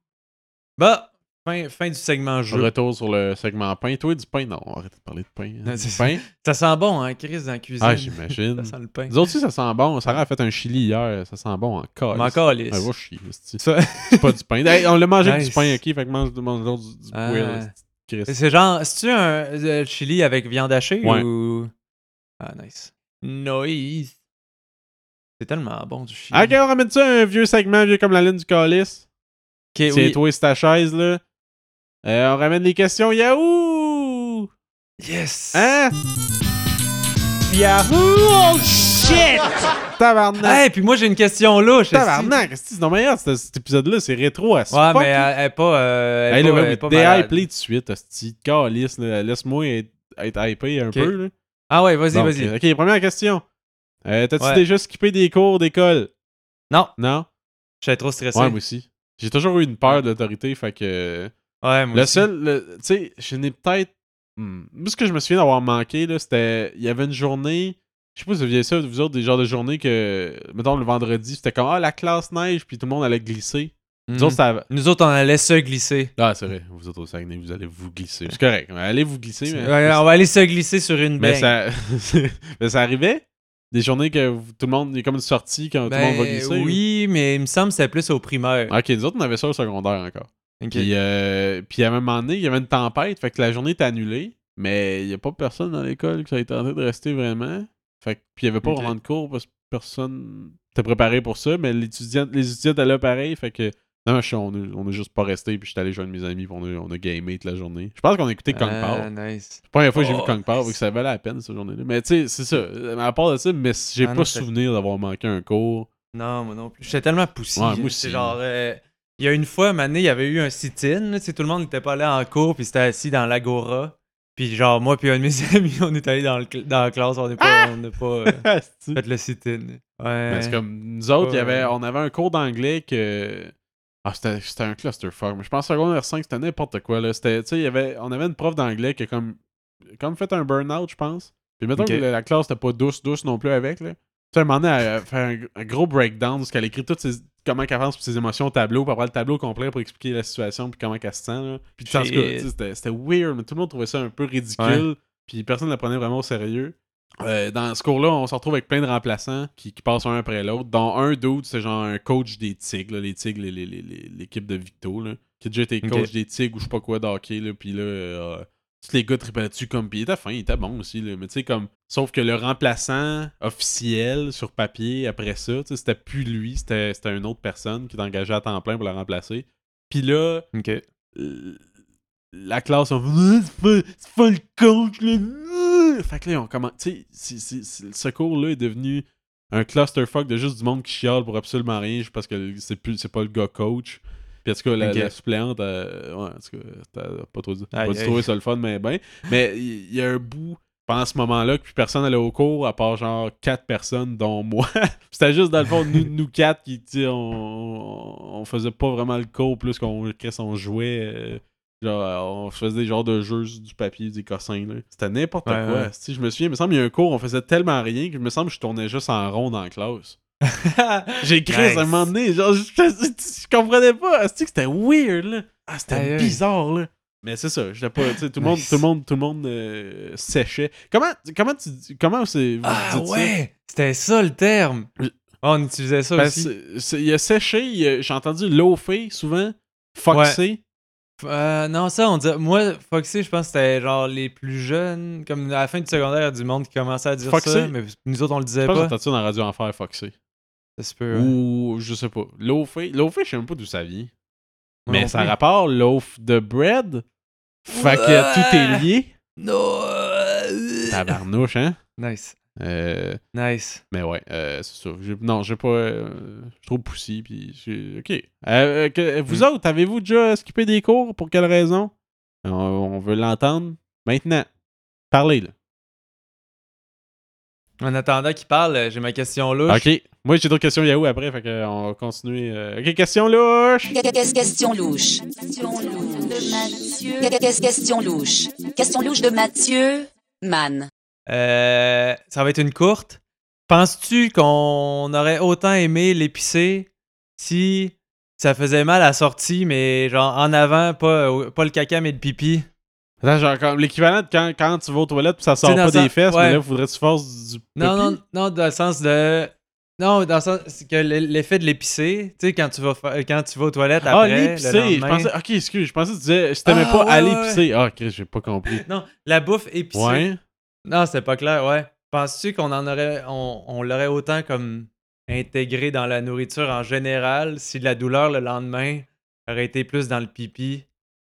S2: Bah, fin, fin du segment
S1: Je
S2: jeu.
S1: retourne sur le segment pain. Toi, du pain, non, arrête de parler de pain. hein.
S2: Non,
S1: Du
S2: c'est ça.
S1: pain?
S2: Ça sent bon, hein, Chris, dans la cuisine.
S1: Ah,
S2: Ça
S1: j'imagine.
S2: sent le pain.
S1: Nous autres aussi, ça sent bon. Sarah a fait un chili hier. Ça sent bon encore.
S2: Mais encore les.
S1: Ouais, va chier, esti.
S2: Ça-
S1: C'est pas du pain. Hey, on l'a mangé avec du
S2: Nice.
S1: pain, ok? Fait que mange, mange donc du, du
S2: Ah.
S1: poil, esti, Chris.
S2: C'est genre, c'est-tu un euh, chili avec viande hachée
S1: Ouais.
S2: ou. Ah, nice. Nice. C'est tellement bon du chili.
S1: Ok, on ramène ça à un vieux segment, vieux comme la lune du calice.
S2: Ok,
S1: C'est
S2: Eh oui.
S1: toi et c'est ta chaise, là. Euh, on ramène les questions Yahoo!
S2: Yes!
S1: Hein? Yahoo! Oh shit! Tabarnak!
S2: Hey, Ah, puis moi j'ai une question louche.
S1: Tabarnak! esti, C'est normal, c'est- cet épisode-là, c'est rétro à ce
S2: esti. Ouais,
S1: fuck,
S2: mais
S1: là.
S2: elle, elle est pas. Euh, elle est
S1: Hey,
S2: pas,
S1: le
S2: elle est
S1: web,
S2: pas
S1: déhype
S2: malade.
S1: tout de suite, hostie. Calisse, là. laisse-moi être, être hypé un
S2: Ok.
S1: peu. là.
S2: Ah ouais, vas-y,
S1: Donc,
S2: vas-y.
S1: euh, Ok, première question. Euh, T'as-tu
S2: Ouais.
S1: déjà skippé des cours d'école?
S2: Non,
S1: Non?
S2: j'étais trop stressé.
S1: Ouais, moi aussi. J'ai toujours eu une peur de l'autorité, fait que...
S2: Ouais, moi
S1: le
S2: aussi.
S1: seul, le- tu sais, je n'ai peut-être... Hmm. Moi, Ce que je me souviens d'avoir manqué, là, c'était... Il y avait une journée... Je sais pas si vous aviez ça, vous autres, des genres de journées que... Mettons, le vendredi, c'était comme « Ah, la classe neige! » Puis tout le monde allait glisser.
S2: Mhm.
S1: Nous autres, ça-
S2: Nous autres, on allait se glisser.
S1: Ah, c'est vrai. Vous autres au Saguenay, vous allez vous glisser. C'est correct. mais Allez vous glisser, mais...
S2: Ouais, on va aller se glisser sur une
S1: Mais
S2: benne.
S1: ça, mais ça arrivait? Des journées que vous- tout le monde, il y a comme une sortie quand tout le monde va glisser?
S2: Ben, oui, mais il me semble que c'était plus au primaire.
S1: ou- Ok, nous autres, on avait ça au secondaire encore.
S2: Ok.
S1: Puis, euh, puis à un moment donné, il y avait une tempête, fait que la journée était annulée, mais il n'y a pas personne dans l'école qui a été tenté de rester vraiment. Fait que, puis il n'y avait pas
S2: Ok.
S1: vraiment de cours parce que personne était préparé pour ça, mais l'étudiant- les étudiants étaient là pareil, fait que. Non, mais je suis- on est- on est juste pas resté, puis j'étais allé jouer avec mes amis, puis on a, on a gamé toute la journée. Je pense qu'on a écouté Kung Pao.
S2: Ah, nice.
S1: La première fois que j'ai
S2: Oh,
S1: vu Kong Pao,
S2: nice.
S1: que ça valait la peine cette journée-là. Mais tu sais, c'est ça. Euh, À part de ça, mais j'ai
S2: Ah
S1: pas
S2: non, c'est-
S1: souvenir d'avoir manqué un cours.
S2: Non, moi non plus. J'étais tellement poussé.
S1: Ouais, moi
S2: C'est
S1: aussi.
S2: genre. euh, Il y a une fois, une année, il y avait eu un sit-in. là, tu sais, Tout le monde n'était pas allé en cours, puis c'était assis dans l'agora. Puis genre, moi puis un de mes amis, on est allé dans, le cl- dans la classe, on n'a pas,
S1: Ah!
S2: on n'a pas euh,
S1: Asti.
S2: fait le sit-in.
S1: Mais
S2: Ouais.
S1: c'est comme nous autres, il y avait,
S2: Ouais.
S1: on avait un cours d'anglais que. Ah, c'était c'était un clusterfuck. Mais je pense que secondaire 5, c'était n'importe quoi. Là. C'était, tu sais, il y avait, on avait une prof d'anglais qui a comme, comme fait un burn-out, je pense. Puis mettons
S2: Ok.
S1: que la, la classe n'était pas douce, douce non plus avec. Là. Tu sais, à un moment donné, elle a fait un, un gros breakdown parce qu'elle écrit toutes ses, comment qu'elle pense, puis ses émotions au tableau, puis après le tableau complet pour expliquer la situation, puis comment qu'elle se sent. Là. Puis tu sais, en tout cas,
S2: Shit.
S1: tu sais, c'était, c'était weird, mais tout le monde trouvait ça un peu ridicule.
S2: Ouais.
S1: Puis personne ne la prenait vraiment au sérieux. Euh, dans ce cours-là, on se retrouve avec plein de remplaçants qui, qui passent un après l'autre, dont un dude, c'est genre un coach des Tigres, là, les Tigres, les- les- les- les- l'équipe de Victo, là, qui a déjà été
S2: Ok.
S1: coach des Tigres ou je sais pas quoi d'hockey, là, puis là, euh, tous les gars tripaient dessus comme, puis il était fin, il était bon aussi, là, mais tu sais, comme, sauf que le remplaçant officiel sur papier après ça, tu sais, c'était plus lui, c'était c'était une autre personne qui est engagée à temps plein pour le remplacer. Puis là,
S2: Ok.
S1: la classe, on fait, Ah, c'est pas, c'est pas le coach, là. Ah! Fait que là, on commence. Tu sais, c'est- c'est- c'est- ce cours-là est devenu un clusterfuck de juste du monde qui chiale pour absolument rien juste parce que c'est plus c'est pas le gars coach. Puis en tout cas, la,
S2: Ok.
S1: la suppléante, euh, ouais, en tout cas, t'as pas trop dit.
S2: Aïe,
S1: pas du
S2: aïe.
S1: trouvé ça le fun, mais ben. Mais il y, a un bout pendant ce moment-là que plus personne allait au cours à part genre quatre personnes, dont moi. C'était juste dans le fond, nous, nous quatre qui, tu sais, on, on faisait pas vraiment le cours plus qu'on qu'est-ce qu'on jouait. euh, genre, euh, on faisait des genres de jeux sur du papier, des cossins. là. C'était n'importe
S2: Ouais,
S1: quoi.
S2: ouais.
S1: Si Je me souviens, il me semble, il y a un cours, on faisait tellement rien que il me semble que je tournais juste en rond dans la classe. J'ai écrit
S2: Nice.
S1: à un moment donné, genre, je, je- je comprenais pas. Asti, que c'était weird, là. Ah, c'était
S2: Aïe, aïe.
S1: bizarre, là. Mais c'est ça, j'étais pas, tu sais, tout le monde,
S2: Nice.
S1: tout le monde, tout le monde euh, séchait. Comment, comment tu, dis- comment c'est, vous
S2: ah
S1: dites ça?
S2: ouais! C'était ça le terme! Ah,
S1: Je-
S2: on utilisait ça
S1: Parce
S2: aussi.
S1: que Ben, c'est- il a séché, il a- j'ai entendu loafé souvent, foxé.
S2: Euh, non, ça, on dirait. Moi, Foxy, je pense que c'était genre les plus jeunes, comme à la fin du secondaire du monde qui commençait à dire
S1: Foxy?
S2: ça. Mais nous autres, on le disait
S1: Je pense que j'ai
S2: pas.
S1: entendu ça dans Radio Enfer, foxé.
S2: Ça se peut. ouais.
S1: Ou je sais pas. Loafé, loafé, je sais même pas d'où ça vient.
S2: Moi
S1: Mais
S2: non
S1: ça
S2: plus.
S1: rapport loaf de bread. Fait que tout est lié.
S2: Non.
S1: Tabarnouche, hein?
S2: Nice.
S1: Euh,
S2: Nice.
S1: mais ouais, euh, c'est ça. J'ai- Non, j'ai pas. euh, je suis trop poussé. Puis j'ai- OK. Euh, euh, que- vous
S2: Hmm.
S1: autres, avez-vous déjà skippé des cours Pour quelle raison on, on veut l'entendre. Maintenant, parlez, là.
S2: En attendant qu'il parle, euh, j'ai ma question là.
S1: OK. Moi, j'ai d'autres questions Yahoo après. Fait qu'on va continuer. euh. OK, question louche.
S6: Qu'est-ce question louche de Mathieu Qu'est-ce question louche Question louche de Mathieu Mann.
S2: Euh, ça va être une courte. Penses-tu qu'on aurait autant aimé l'épicé si ça faisait mal à la sortie, mais genre en avant, pas, euh, pas le caca, mais le pipi?
S1: Attends, genre, comme l'équivalent de quand, quand tu vas aux toilettes puis ça sort
S2: C'est dans
S1: pas des
S2: ça-
S1: fesses, mais
S2: ouais.
S1: là, faudrait que tu fasses du.
S2: Non,
S1: pipi.
S2: non, non, dans le sens de. Non, dans le sens que l'e- l'effet de l'épicé, tu sais, quand tu vas fa- quand tu vas aux toilettes
S1: Ah,
S2: après. le
S1: l'épicer. Je
S2: lendemain.
S1: pensais. Ok, excuse. Je pensais que tu disais. Si t'aimais
S2: Ah,
S1: pas
S2: ouais,
S1: aller
S2: ouais.
S1: pisser. Ah, Chris, j'ai pas compris.
S2: Non, la bouffe épicée.
S1: Ouais.
S2: Non, c'était pas clair, ouais. Penses-tu qu'on en aurait on, on l'aurait autant comme intégré dans la nourriture en général si la douleur le lendemain aurait été plus dans le pipi?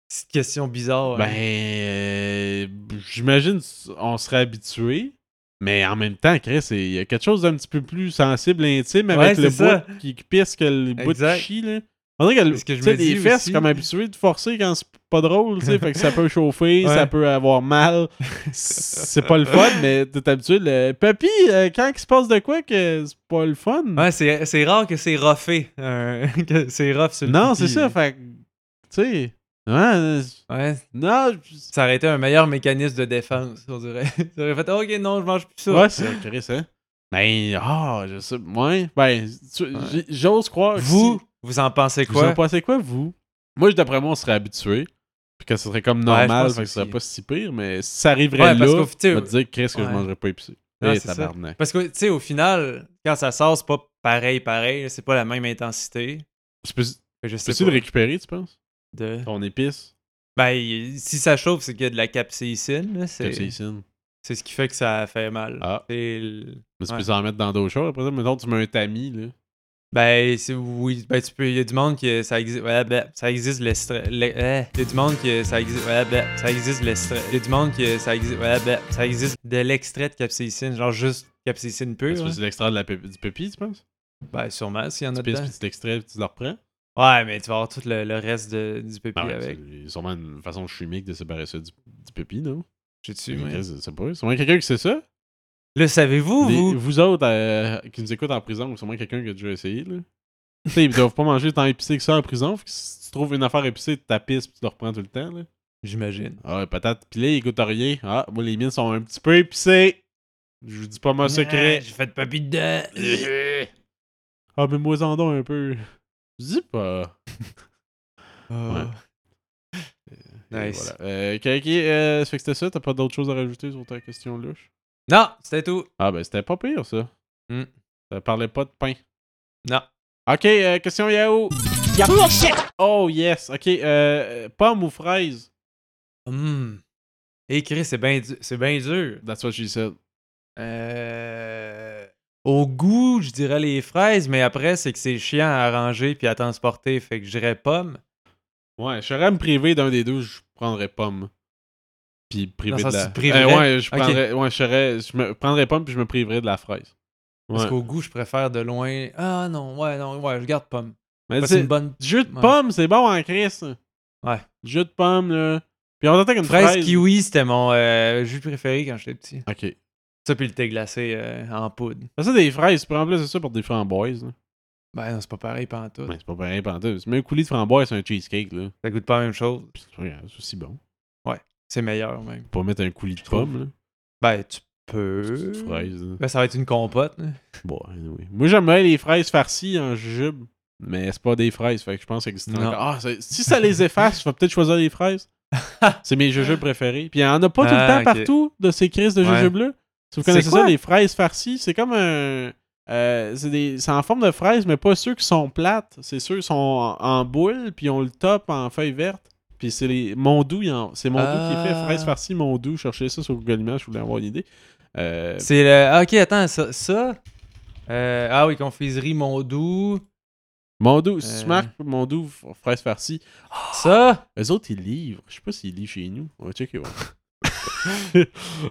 S2: Petite question bizarre. hein.
S1: Ben, euh, j'imagine on serait habitué, mais en même temps, Chris, il y a quelque chose d'un petit peu plus sensible, intime avec
S2: Ouais,
S1: le
S2: c'est
S1: bout
S2: ça.
S1: qui, qui pisse que le bout de
S2: Exact.
S1: chie, là. On dirait que, le-
S2: C'est ce que je
S1: tu sais,
S2: me
S1: les
S2: dis
S1: fesses,
S2: aussi.
S1: c'est comme habitué de forcer quand c'est pas drôle, tu sais, fait que ça peut chauffer,
S2: Ouais.
S1: ça peut avoir mal. C'est pas le fun, mais t'es habitué. Le... Papy, euh, quand il se passe de quoi que c'est pas le fun?
S2: Ouais, c'est c'est rare que c'est roughé. euh, que c'est rough sur le hein.
S1: non, c'est
S2: pipi,
S1: ça,
S2: là.
S1: fait que, tu sais, ouais, euh,
S2: Ouais,
S1: non, je-
S2: ça aurait été un meilleur mécanisme de défense, on dirait. ça aurait fait OK, non, je mange plus ça.
S1: Ouais, c'est Chris, hein? Ben, ah, je sais. Ouais, ben, tu- j'- j'ose croire que.
S2: Vous, Ah, vous en pensez
S1: si- vous en
S2: quoi?
S1: pensez quoi, vous Moi, je- d'après moi, on serait habitué. Puis que ce serait comme normal,
S2: pense
S1: fait que ce serait
S2: aussi.
S1: pas si pire, mais si ça arriverait
S2: Ouais,
S1: là,
S2: parce qu'au tu
S1: je
S2: sais,
S1: vais te dire, Chris, que je
S2: Ouais.
S1: mangerais pas épicé.
S2: Non,
S1: Eh,
S2: c'est ça.
S1: tabarnak.
S2: Parce que, tu sais, au final, quand ça sort, c'est pas pareil, pareil. C'est pas la même intensité.
S1: Tu peux- tu
S2: Je sais
S1: Peux-tu
S2: pas.
S1: le récupérer, tu penses
S2: de-
S1: Ton épice
S2: Ben, il- si ça chauffe, c'est qu'il y a de la capsaïcine. là, C'est
S1: capsaïcine.
S2: c'est ce qui fait que ça fait mal.
S1: Ah.
S2: C'est le-
S1: Mais tu
S2: Ouais.
S1: peux en mettre dans d'autres choses après ça. Mettons, tu mets un tamis, là.
S2: Ben, c'est- oui, ben, tu peux. Il y a du monde qui. Ça, exi- ouais, ben, ça existe le stress. Il y a du monde qui. Ça existe. Ouais, ben, ça existe le stress. Il y a du monde qui. Ça existe. Ouais, ben, ça existe de l'extrait de capsaïcine. Genre juste capsaïcine
S1: Est-ce
S2: pure.
S1: que
S2: hein.
S1: c'est l'extrait de la pép- du pépi, tu penses
S2: Ben, sûrement, s'il y en
S1: Tu
S2: a
S1: pisses,
S2: dedans.
S1: puis tu l'extrais, puis tu le reprends
S2: Ouais, mais tu vas avoir tout le, le reste de- du pépi
S1: Ben ouais,
S2: avec.
S1: c'est sûrement une façon chimique de séparer ça du, du pépi, non
S2: J'ai-tu.
S1: Mais
S2: mais-
S1: Chris, C'est pas C'est moins quelqu'un qui sait ça.
S2: Le savez-vous,
S1: Les-
S2: vous?
S1: vous autres euh, qui nous écoutent en prison, ou sûrement quelqu'un qui a déjà essayé. Là. tu sais, ils doivent pas manger tant épicé que ça en prison. Fait que si tu trouves une affaire épicée, tu tapisses puis tu le reprends tout le temps. Là.
S2: J'imagine.
S1: Ah, patate pilée, ils goûtent à rien. Ah, moi, les miennes sont un petit peu épicées. Je vous dis pas mon
S2: Ah,
S1: secret.
S2: J'ai fait de papy dedans.
S1: Ah, mais moi, en don un peu. Je dis pas.
S2: Ah.
S1: Et
S2: Nice.
S1: Voilà. Euh, ok, ok, euh, ça fait que c'était ça. T'as pas d'autres choses à rajouter sur ta question louche?
S2: Non, c'était tout.
S1: Ah, ben, c'était pas pire, ça.
S2: Hmm.
S1: Ça parlait pas de pain.
S2: Non.
S1: Ok, euh, question Yahoo. Oh yes, ok. Euh, pomme ou fraise?
S2: Hmm. Écrit, c'est bien du- c'est bien dur.
S1: That's what she said.
S2: Euh, Au goût, je dirais les fraises, mais après, c'est que c'est chiant à arranger puis à transporter, fait que je dirais pomme.
S1: Ouais, je serais à me priver d'un des deux, je prendrais pomme. Puis priver
S2: Dans le
S1: de
S2: sens
S1: la.
S2: tu te priverais?
S1: Euh, ouais, je
S2: Ok.
S1: prendrais, ouais, je serais, je me prendrais pomme puis je me priverais de la fraise.
S2: Parce
S1: Ouais.
S2: qu'au goût, je préfère de loin. Ah non, ouais, non, ouais, je garde pomme.
S1: Mais
S2: Parce que
S1: c'est
S2: C'est une bonne
S1: du jus de
S2: Ouais.
S1: pomme, c'est bon en crise.
S2: Ouais.
S1: Du jus de pomme là. Puis on entend qu'une
S2: fraise,
S1: fraise.
S2: kiwi, c'était mon euh, jus préféré quand j'étais petit.
S1: Ok.
S2: Ça, puis le thé glacé euh, en poudre.
S1: Ça c'est des fraises, tu peux remplacer ça pour des framboises. là.
S2: Ben non, c'est pas pareil, pas en tout.
S1: Ouais, c'est pas pareil pantoute. Tu mets un coulis de framboise sur un cheesecake là.
S2: Ça goûte pas la même chose.
S1: Puis c'est pas grave, c'est aussi bon.
S2: C'est meilleur, même.
S1: Pas mettre un coulis de
S2: trouve.
S1: pomme là.
S2: Ben, tu
S1: C'est
S2: peux.
S1: une hein. fraise. là.
S2: Ben, ça va être une compote. là.
S1: Bon, anyway. Moi, j'aime bien les fraises farcies en jujube, mais c'est pas des fraises, fait que je pense que c'est
S2: Non.
S1: encore- Ah, c'est- si ça les efface, je vais peut-être choisir les fraises. c'est mes jujubes préférés. Puis il y en a pas tout le
S2: Ah,
S1: temps
S2: ok.
S1: partout de ces crises de
S2: Ouais.
S1: jujubes-là. Si vous
S2: C'est
S1: connaissez ça,
S2: quoi?
S1: les fraises farcies, c'est comme un. euh, c'est des- c'est en forme de fraises, mais pas ceux qui sont plates. C'est ceux qui sont en, en boule, puis on le top en feuilles vertes. Puis c'est les Mondou, il en- c'est Mondou qui fait
S2: Ah.
S1: fraises farcies Mondou. Cherchez ça sur Google Images, je voulais avoir une idée. Euh,
S2: C'est le. ah, ok, attends, ça. ça, euh, ah oui, confiserie Mondou.
S1: Mondou, si tu
S2: Euh.
S1: marques Mondou, f- fraise farcie,
S2: Ça.
S1: eux autres ils livrent. Je sais pas s'ils livrent chez nous. On va checker. voir.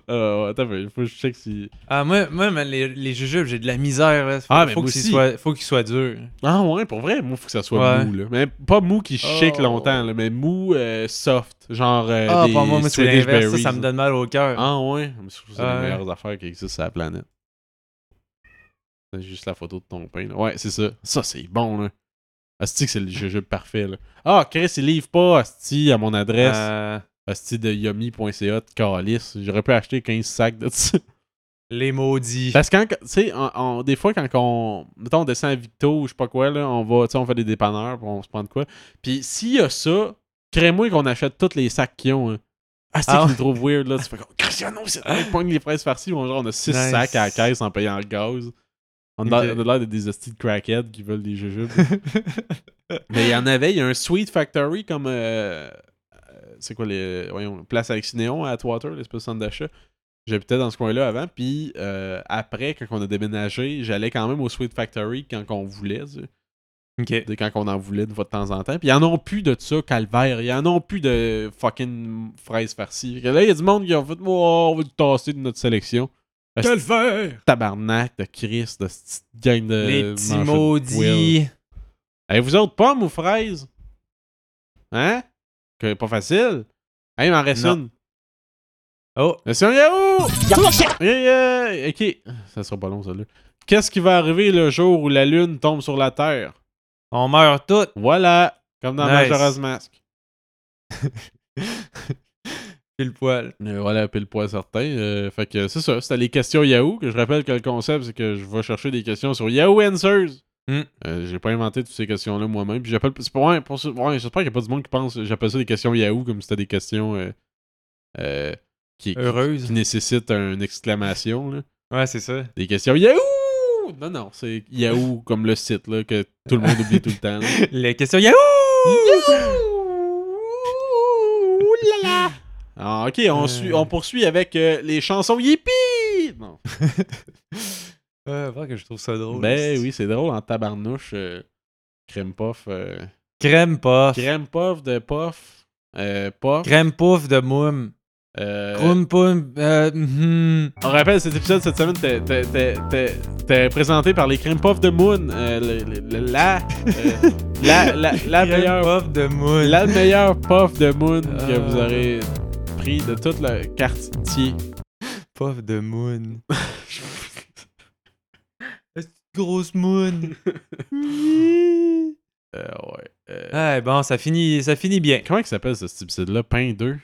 S1: Euh, ouais, attends, mais il faut que je check si.
S2: Ah, moi, moi man, les, les jujubes, j'ai de la misère. Là. Faut,
S1: Ah, mais
S2: faut
S1: moi
S2: qu'ils
S1: aussi.
S2: soient, faut qu'ils soient durs.
S1: Ah ouais, pour vrai, moi, faut que ça soit
S2: Ouais.
S1: mou, là. Mais pas mou qui shake
S2: Oh.
S1: longtemps, là, mais mou euh, soft, genre euh,
S2: Ah,
S1: des
S2: pour moi, moi, c'est
S1: Swedish
S2: l'inverse. Ça,
S1: berries,
S2: ça me
S1: là.
S2: donne mal au cœur.
S1: Ah ouais, mais je trouve que c'est
S2: Ah
S1: les
S2: ouais.
S1: meilleures affaires qui existent sur la planète. C'est juste la photo de ton pain, là. Ouais, c'est ça. Ça, c'est bon, là. Asti, que c'est le jujube parfait, là. Ah, Chris, il livre pas, Asti, à mon adresse.
S2: Euh,
S1: Asti de yomi.ca de calice. J'aurais pu acheter 15 sacs de ça.
S2: les maudits.
S1: Parce que, quand- tu sais, en- en- des fois, quand on, mettons, on descend à Victo ou je sais pas quoi, là, on va, tu sais, on fait des dépanneurs, puis on se prend de quoi. Puis s'il y a ça, crée-moi qu'on achète tous les sacs qu'ils ont. hein. Ah, c'est
S2: Ah
S1: qu'ils
S2: ouais.
S1: les trouvent weird, là. Tu fais comme, Cristiano, c'est vrai, pogne les fraises farcies, bon, genre, on a 6
S2: Nice.
S1: sacs à la caisse en payant le gaz. On a
S2: Ok.
S1: on a l'air de des hosties de crackheads qui veulent des jujubes. Mais il y en avait, il y a un Sweet Factory comme. euh, euh, c'est quoi les. Voyons, Place Alcinéon à Atwater, l'espèce de centre d'achat. J'habitais dans ce coin-là avant, puis euh, après, quand on a déménagé, j'allais quand même au Sweet Factory quand on voulait, tu sais,
S2: ok.
S1: de- quand on en voulait de fois de temps en temps. Puis ils en ont plus de ça, calvaire. Ils en ont plus de fucking fraises farcies. Fait que Là, il y a du monde qui ont fait, oh, on va le tasser de notre sélection.
S2: faire?
S1: Tabarnak de Chris, de cette petite gang de.
S2: Euh, Les petits
S1: mangeurs de poils.
S2: maudits.
S1: Hey, vous autres, pommes ou fraises? Hein? Que pas facile. Hey, il m'en reste
S2: Non.
S1: une.
S2: Oh.
S1: Monsieur Yahoo! Yeah, yeah! Ok. Ça sera pas long, ça, là. Qu'est-ce qui va arriver le jour où la Lune tombe sur la Terre?
S2: On meurt tous.
S1: Voilà! Comme dans
S2: Nice.
S1: Majora's Mask.
S2: Pile poil.
S1: Euh, voilà, pile poil certain. Euh, fait que c'est ça, c'était les questions Yahoo. Que je rappelle que le concept, c'est que je vais chercher des questions sur Yahoo Answers.
S2: Hmm.
S1: Euh, j'ai pas inventé toutes ces questions-là moi-même. Puis j'appelle. c'est pour- ouais, pour ça- ouais, j'espère qu'il n'y a pas du monde qui pense. J'appelle ça des questions Yahoo comme si c'était des questions euh, euh, qui, qui-
S2: Heureuse.
S1: qui nécessitent une exclamation. là.
S2: Ouais, c'est ça.
S1: Des questions Yahoo! Non, non, c'est Yahoo comme le site là, que tout le monde oublie tout le temps. là.
S2: Les questions Yahoo!
S1: Ah, ok, on,
S2: Euh.
S1: suit- on poursuit avec euh, les chansons Yippee! Non.
S2: Euh, vrai que je trouve ça drôle.
S1: Ben oui, c'est drôle en tabarnouche. euh, crème puff. euh,
S2: Crème puff.
S1: crème puff de puff. euh, puff.
S2: Crème pouf de moum.
S1: euh,
S2: Croum poum. Euh, mhm.
S1: on rappelle, cet épisode cette semaine t'es- t'es- t'es- t'es- t'es présenté par les crème puff de Moon. euh, le- le- le- la, euh, la, la, la
S2: Crème
S1: meilleure
S2: puff de moum.
S1: La meilleure puff de Moon que
S2: Euh.
S1: vous aurez pris de tout le quartier.
S2: puff de moon. Cette grosse moon.
S1: Euh, ouais. Euh,
S2: ah, bon, ça finit, ça finit bien.
S1: Comment il s'appelle ce type là Pain 2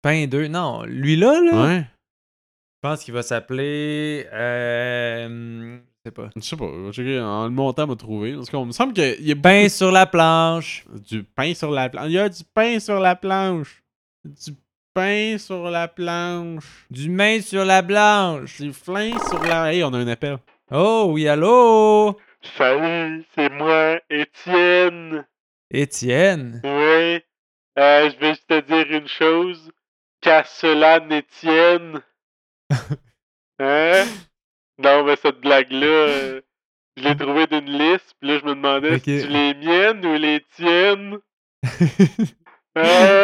S2: Pain 2. Non, lui-là, là,
S1: Ouais.
S2: je pense qu'il va s'appeler. Euh, hum, je sais pas.
S1: Je sais pas. je vais checker. En le montant, m'a trouvé. Parce qu'on me semble qu'il y a
S2: Pain sur la planche.
S1: du pain sur la planche. Il y a du pain sur la planche. Du pain sur la planche.
S2: Du main sur la blanche.
S1: Du flin sur la. Hey, on a un appel.
S2: Oh oui, allô?
S5: Salut, c'est moi, Étienne.
S2: Étienne.
S5: Oui. Euh, je vais juste te dire une chose. Qu'à cela n'étienne. hein? Non, mais cette blague-là, euh, je l'ai trouvée d'une liste. Puis là, je me demandais
S2: Ok.
S5: si tu les miennes ou les tiennes.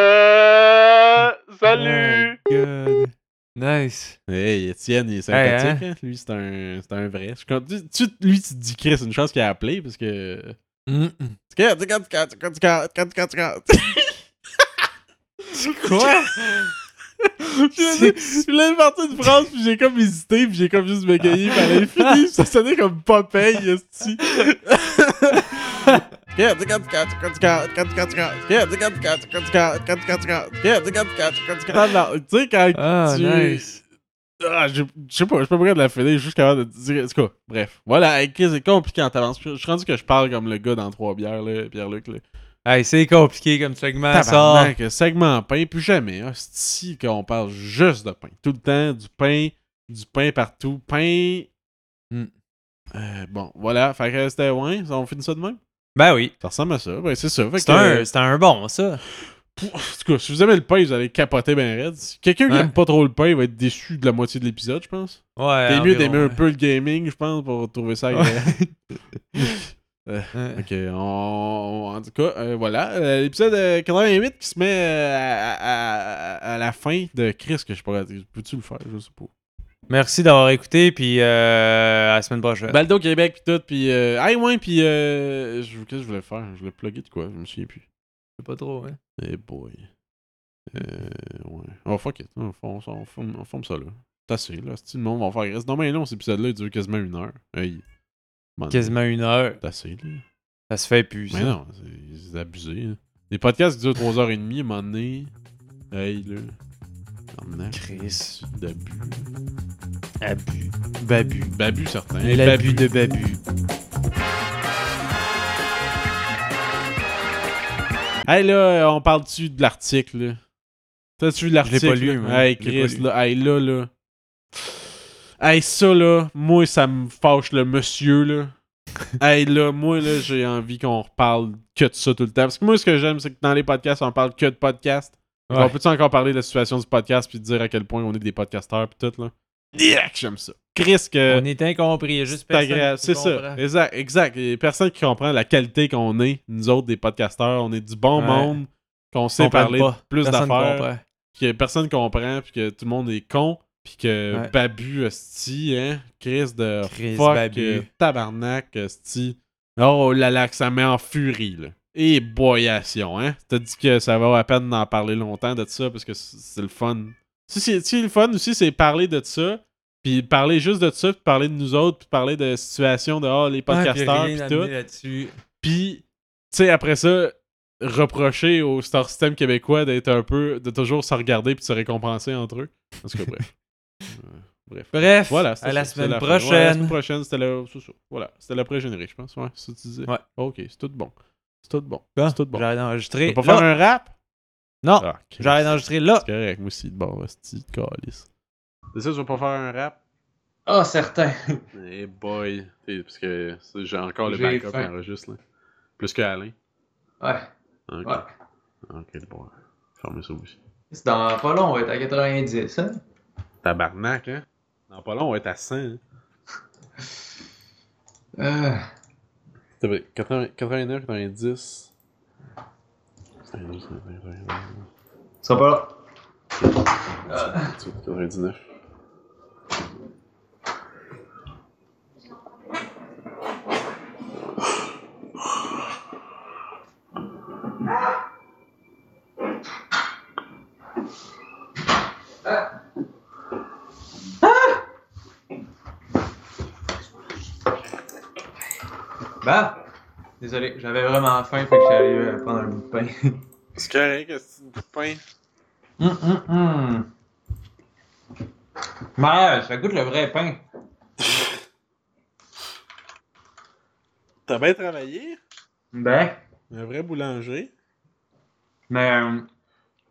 S5: Euh, salut!
S2: Oh, God. Nice.
S1: Hey, Étienne, il est
S2: Hey,
S1: sympathique. hein? Lui, c'est un, c'est un vrai. Je suis content- tu, tu- lui, tu te dis Chris, une chance qu'il a appelé parce que. Quoi?
S2: Quoi?
S1: Je l'ai parti de France, puis j'ai comme hésité, puis j'ai comme juste bégayé, puis elle est finie, puis ça sonnait comme Popeye, esti. Tu sais, quand
S2: Ah,
S1: tu-
S2: nice.
S1: Ah, je je sais pas, je sais pas pourquoi de la finir, je suis juste capable de dire. En tout cas, bref. Voilà, hey, Chris, c'est compliqué en t'avance. Je je suis rendu que je parle comme le gars dans Trois Bières, là, Pierre-Luc, là.
S2: Hey, c'est compliqué comme segment, ça.
S1: Tabarnak, segment pain, plus jamais. Si qu'on parle juste de pain. Tout le temps, du pain, du pain partout. Pain.
S2: Hmm.
S1: Euh, bon, voilà. Fait que c'était ouais, on finit ça de même.
S2: Ben oui.
S1: Ça ressemble à ça. Ben, c'est ça. Fait
S2: C'est
S1: que,
S2: un,
S1: euh,
S2: c'est un bon, ça.
S1: pouf, en tout cas, si vous aimez le pain, vous allez capoter ben raide. Si Quelqu'un qui
S2: Ouais.
S1: aime pas trop le pain va être déçu de la moitié de l'épisode, je pense.
S2: Ouais.
S1: T'es mieux
S2: environ,
S1: d'aimer un
S2: ouais.
S1: peu le gaming, je pense, pour trouver ça
S2: Ouais.
S1: agréable.
S2: Euh,
S1: Ok, on- on- en tout cas, euh, voilà. euh, L'épisode euh, 88 qui se met euh, à, à- à- à la fin de Chris, que je pourrais dire. Peux-tu le faire? Je sais pas.
S2: Merci d'avoir écouté, puis euh, à la semaine prochaine.
S1: Baldo Québec, puis tout, puis. Euh, ah, ouais, puis. euh, je- Qu'est-ce que je voulais faire? Je voulais plugger de quoi? Je me souviens plus.
S2: pas trop, hein.
S1: Eh boy. Euh, ouais. Oh, fuck it. On forme, on forme, on forme ça là. T'as assez, là. Si le monde va faire reste. Non, mais non, cet épisode-là, il dure quasiment une heure. Hey. Man,
S2: Quasiment une heure.
S1: T'as assez, là.
S2: Ça se fait plus.
S1: Mais
S2: ça.
S1: non, c'est c'est abusé. hein. Des podcasts qui durent 3h30, à un moment donné. Hey, là. Tabarnak.
S2: Chris.
S1: D'abus.
S2: Abus. Babu.
S1: Babu, certain.
S2: L'abus de Babu.
S1: Hey, là, on parle-tu de l'article, là? T'as-tu vu l'article?
S2: pas lu,
S1: là?
S2: moi.
S1: Hey,
S2: Je l'ai pas
S1: Chris,
S2: lu.
S1: là. Hey, là, là. Hey, ça, là. Moi, ça me fâche, le monsieur, là. hey, là, moi, là, j'ai envie qu'on reparle que de ça tout le temps. Parce que moi, ce que j'aime, c'est que dans les podcasts, on parle que de podcasts.
S2: Ouais.
S1: On peut-tu encore parler de la situation du podcast puis dire à quel point on est des podcasteurs puis tout, là? Yuck, j'aime ça. Chris, que.
S2: On est incompris, il y a juste
S1: euh, C'est
S2: personne
S1: agréable,
S2: qui
S1: c'est
S2: comprend.
S1: ça. Exact, exact. Il y a personne qui comprend la qualité qu'on est, nous autres, des podcasteurs. On est du bon
S2: Ouais.
S1: monde, qu'on sait
S2: Comprennent
S1: parler
S2: pas.
S1: de plus
S2: Personne
S1: d'affaires,
S2: comprend.
S1: puis que personne comprend, puis que tout le monde est con, puis que
S2: Ouais.
S1: Babu, hostie, hein, Chris de
S2: Chris ben,
S1: fuck,
S2: Babu. Ah,
S1: euh, tabarnak, hostie. Oh là là, que ça met en furie, là. Et boyation, hein. T'as dit que ça va à peine d'en parler longtemps de ça, parce que c- c'est le fun. Si, c'est- si le fun aussi, c'est parler de ça, puis parler juste de ça, puis parler de nous autres, puis parler de situation de ah, les podcasteurs,
S2: Ouais, puis
S1: puis
S2: rien
S1: tout.
S2: amené là-dessus.
S1: Puis, tu sais, après ça, reprocher au star system québécois d'être un peu, de toujours se regarder puis de se récompenser entre eux. En tout cas, bref. Euh, bref.
S2: Bref,
S1: Voilà,
S2: à
S1: c'était
S2: la
S1: ça,
S2: semaine
S1: c'était la fin. Ouais, à la semaine
S2: prochaine.
S1: prochaine, c'était le. c'est ça. Voilà, c'était l'après-générique, je pense. Ouais, c'est ça que tu disais.
S2: Ouais.
S1: Ok, c'est tout bon. C'est tout bon.
S2: Bon,
S1: C'est tout bon.
S2: J'arrête
S1: Tu
S2: d'enregistrer.
S1: pas
S2: Là.
S1: faire un rap?
S2: Non,
S1: Ah, Christ.
S2: j'arrête d'enregistrer là.
S1: C'est correct, moi aussi, de bon, hostie de calice. C'est ça, je vais pas faire un rap?
S7: Ah, certain.
S1: Eh boy. T'sais, Parce que c'est- j'ai encore le
S7: J'ai
S1: backup qui
S7: faim.
S1: enregistre, là. Plus que Alain.
S7: Ouais,
S1: Ok.
S7: ouais.
S1: Ok, bon. Fermez ça aussi.
S7: C'est dans pas long, on va être à 90, hein?
S1: Tabarnak, hein? Dans pas long, on va être à 100. Hein?
S7: Euh,
S1: T'as vu, 80 89, 90. 92, 91,
S7: c'est pas long.
S1: 98, 99.
S7: Bah! Désolé, j'avais vraiment faim, fait que j'allais euh, prendre un bout de pain.
S1: C'est correct, c'est du pain.
S7: Hum, hum, hum. Mais ça goûte le vrai pain.
S1: T'as bien travaillé?
S7: Ben,
S1: Un vrai boulanger?
S7: mais euh,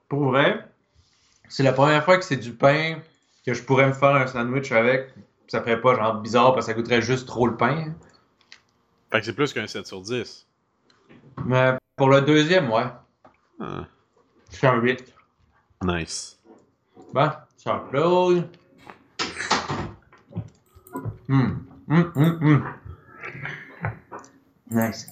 S7: pour vrai, c'est la première fois que c'est du pain que je pourrais me faire un sandwich avec. Ça ferait pas genre bizarre parce que ça goûterait juste trop le pain.
S1: Fait que c'est plus qu'un 7 sur 10.
S7: Mais pour le deuxième, ouais,
S1: Ah,
S7: je suis un 8.
S1: nice.
S7: Bon, Bah, ça applaudit. Hum, hum, hum, hum. Nice.